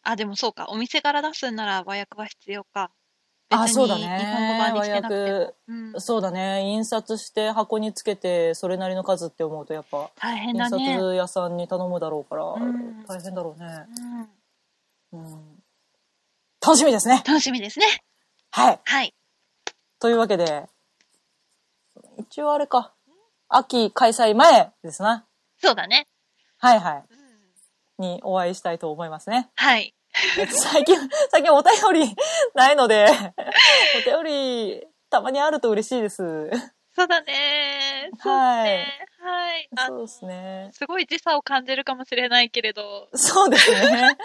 Speaker 2: あでもそうかお店から出すんなら和訳は必要か
Speaker 1: あ
Speaker 2: 別
Speaker 1: そうだ
Speaker 2: に
Speaker 1: ね
Speaker 2: 日本語版にしてなくて
Speaker 1: 和
Speaker 2: も
Speaker 1: 訳、
Speaker 2: うん、
Speaker 1: そうだね印刷して箱につけてそれなりの数って思うとやっぱ、
Speaker 2: 大変
Speaker 1: 印
Speaker 2: だね、
Speaker 1: 刷屋さんに頼むだろうから、
Speaker 2: ん
Speaker 1: 大変だろうね、
Speaker 2: うん、
Speaker 1: うん、楽しみですね
Speaker 2: 楽しみですね
Speaker 1: はい
Speaker 2: はい
Speaker 1: というわけで一応あれか秋開催前ですな
Speaker 2: そうだね、
Speaker 1: はいは
Speaker 2: うん、
Speaker 1: いにお会いしたいと思いますね
Speaker 2: はい
Speaker 1: えっと最近最近お便り ないのでお便りたまにあると嬉しいです
Speaker 2: そうだね
Speaker 1: はい
Speaker 2: そうねはいあ
Speaker 1: そうですね
Speaker 2: すごい時差を感じるかもしれないけれど
Speaker 1: そうですね。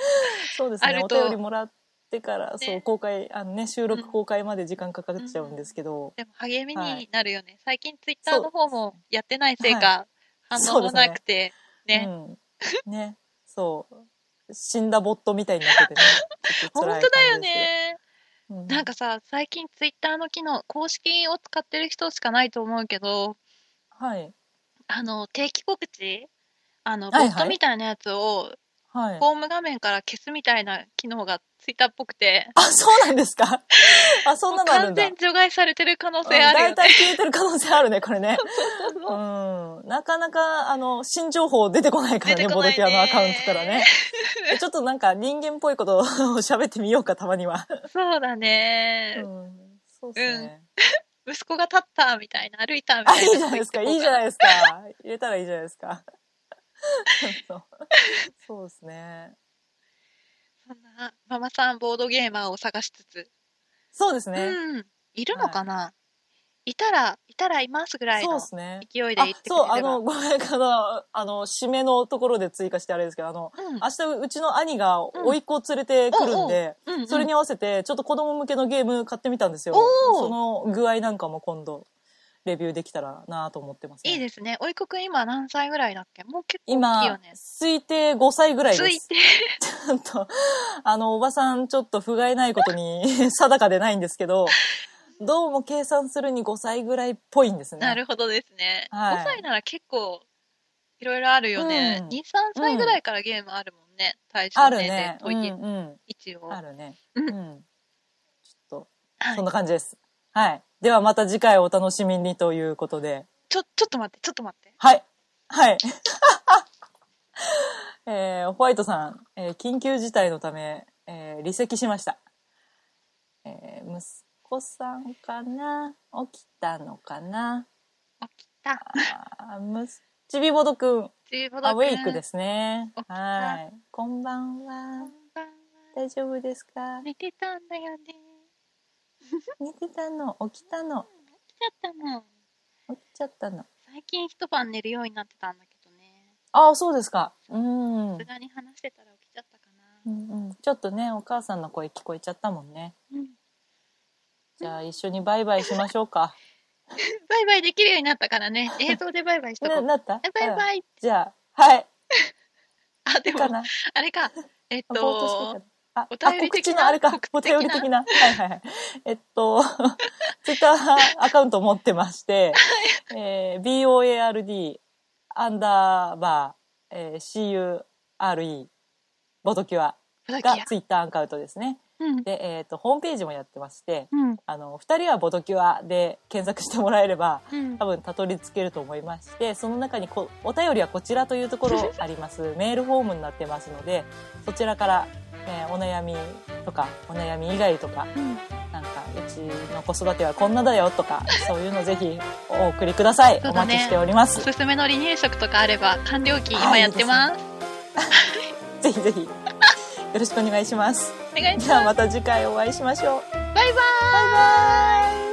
Speaker 1: そうです
Speaker 2: あ
Speaker 1: ね。
Speaker 2: る
Speaker 1: お
Speaker 2: と
Speaker 1: 便りもらっってから、そう、公開、あのね、収録公開まで時間かかっちゃうんですけど、
Speaker 2: でも励み
Speaker 1: は
Speaker 2: に
Speaker 1: い
Speaker 2: なるよね。最近ツイッタ
Speaker 1: そ
Speaker 2: ー
Speaker 1: う
Speaker 2: の方もやってないせいか、
Speaker 1: はい
Speaker 2: 反応もなくて、ね
Speaker 1: うん。ね。そう。死んだボットみたいになっててね。ちょっと
Speaker 2: 本
Speaker 1: 辛い
Speaker 2: 当だよ
Speaker 1: 感じです
Speaker 2: ね。
Speaker 1: けど。う
Speaker 2: なんかさ、最近ツイッターの機能、公式を使ってる人しかないと思うけど、
Speaker 1: はい。
Speaker 2: あの、定期告知あの、ボ
Speaker 1: はいはい
Speaker 2: ットみたいなやつを、
Speaker 1: はい。
Speaker 2: ホーム画面から消すみたいな機能がツイッターっぽくて、
Speaker 1: あ、そうなんです かあ、そんなのある
Speaker 2: 完
Speaker 1: んだ。
Speaker 2: 全除外されてる可能
Speaker 1: うん
Speaker 2: 性あるよ
Speaker 1: 大体
Speaker 2: ね。
Speaker 1: 消えてる可能性あるね、これね。
Speaker 2: そうそう
Speaker 1: うん。なかなか、あの、新情報出てこないからね、
Speaker 2: 出てこ
Speaker 1: ボ
Speaker 2: ない
Speaker 1: ド
Speaker 2: ね
Speaker 1: キアのアカウントからね。ちょっとなんか人間っぽいことを 喋ってみようか、たまには。
Speaker 2: そうだね
Speaker 1: う。ん。そうですね。
Speaker 2: 息子が立ったみたいな、歩いたみ
Speaker 1: あ、
Speaker 2: たい
Speaker 1: いい
Speaker 2: な。
Speaker 1: じゃない ですか、いいじゃないですか。入れたらいいじゃないですか。 そうそうですね。
Speaker 2: そんな、ママさんボードゲーマーを探しつつ。
Speaker 1: そうですね。
Speaker 2: うん。いるのかな、い、たら、いたらいますぐらい
Speaker 1: そう
Speaker 2: の
Speaker 1: ですね。
Speaker 2: 勢いで
Speaker 1: あ
Speaker 2: 言ってくれれば。
Speaker 1: そう、あの、ごめん、あの、あの、締めのところで追加してあれですけど、あの、
Speaker 2: うん、
Speaker 1: 明日うちの兄が甥っ子を連れてくるんで、
Speaker 2: うんうん
Speaker 1: それに合わせてちょっと子供向けのゲーム買ってみたんですよ
Speaker 2: おー
Speaker 1: その具合なんかも今度レビューできたらなと思ってますね、
Speaker 2: いいですね。おいこくん今何歳ぐらいだっけもう結構大きい
Speaker 1: 今
Speaker 2: よね。
Speaker 1: 推定5歳ぐらい
Speaker 2: つ
Speaker 1: で
Speaker 2: い
Speaker 1: す
Speaker 2: て、
Speaker 1: ちょっとあのおばさんちょっと不甲斐ないことに 定かでないんですけどどうも計算するに5歳ぐらいっぽいんですね
Speaker 2: なるほどですね。
Speaker 1: はい
Speaker 2: 5歳なら結構いろいろあるよね。
Speaker 1: うん
Speaker 2: 2、3歳ぐらいからゲームあるもんね。対
Speaker 1: あ
Speaker 2: 象
Speaker 1: る
Speaker 2: 年
Speaker 1: ねう
Speaker 2: 齢と
Speaker 1: ん
Speaker 2: いえ
Speaker 1: うん
Speaker 2: 一応。
Speaker 1: あるね
Speaker 2: う
Speaker 1: うんんちょっと
Speaker 2: はい
Speaker 1: そんな感じですはいではまた次回お楽しみにということで
Speaker 2: ちょ、ちょっと待って、ちょっと待って。
Speaker 1: はい。はい。 えーホワイトさん、えー緊急事態のため、えー離席しました。えー息子さんかな起きたのかな
Speaker 2: 起きた。
Speaker 1: あーむすちびぼどくん、
Speaker 2: ちびぼど
Speaker 1: ア
Speaker 2: くん
Speaker 1: ウェイクですね
Speaker 2: 起き。た
Speaker 1: はい。こんばん
Speaker 2: こ
Speaker 1: は
Speaker 2: ん。ばんは。
Speaker 1: 大丈夫ですか
Speaker 2: 寝てたんだよね。
Speaker 1: 寝てたの起きたの
Speaker 2: 起きちゃったの。
Speaker 1: 起きちゃったの。
Speaker 2: 最近一晩寝るようになってたんだけどね。
Speaker 1: ああ、そうですか。うん。う
Speaker 2: さ
Speaker 1: ん
Speaker 2: すがに話してたら起きちゃったか
Speaker 1: う
Speaker 2: な。
Speaker 1: ん、ちょっとね、お母さんの声聞こえちゃったもんね。
Speaker 2: うん。
Speaker 1: じゃあ一緒にバイバイしましょうか。
Speaker 2: バイバイできるようになったか らね。映像でバイバイしとこ
Speaker 1: な
Speaker 2: う。
Speaker 1: なった
Speaker 2: えバイ
Speaker 1: イ。
Speaker 2: バイ。
Speaker 1: じゃあ、はい。
Speaker 2: あ、で
Speaker 1: か
Speaker 2: も、
Speaker 1: な。
Speaker 2: あれか。えっ
Speaker 1: あぼーっとして
Speaker 2: と
Speaker 1: る、あ、
Speaker 2: お
Speaker 1: あ
Speaker 2: 便り
Speaker 1: 告
Speaker 2: 的
Speaker 1: 知
Speaker 2: な
Speaker 1: のあれか
Speaker 2: 告知。
Speaker 1: お
Speaker 2: 的な
Speaker 1: 便り的な。はいはいはい。えっと、 ツイッターアカウント持ってまして、えー、BOARD アンダーバー、えー、CURE ボトキュア
Speaker 2: ボドキ
Speaker 1: が
Speaker 2: ア。
Speaker 1: ツイッターアカウントですね。
Speaker 2: うん。
Speaker 1: で、えっ、と、ホームページもやってまして、
Speaker 2: うん。
Speaker 1: あの、二人はボトキュアで検索してもらえれば、
Speaker 2: うん
Speaker 1: 多。分たどり着けると思いましてその中にこお便りはこちらというところあります メールフォームになってますのでそちらから、えーお悩みとかお悩み以外とか
Speaker 2: うん
Speaker 1: なんかうちの子育てはこんなだよとかそういうのぜひお送りください、
Speaker 2: そう
Speaker 1: お
Speaker 2: だ
Speaker 1: 待
Speaker 2: ね
Speaker 1: ちしておりま
Speaker 2: お
Speaker 1: す
Speaker 2: すすめの離乳食とかあれば、完了期
Speaker 1: あ
Speaker 2: 今
Speaker 1: いい
Speaker 2: やってます。
Speaker 1: ぜひぜひよろしくお願いします
Speaker 2: お願いし
Speaker 1: では
Speaker 2: ま。
Speaker 1: ますた次回お会いしましょう
Speaker 2: バイバイ
Speaker 1: バイバイ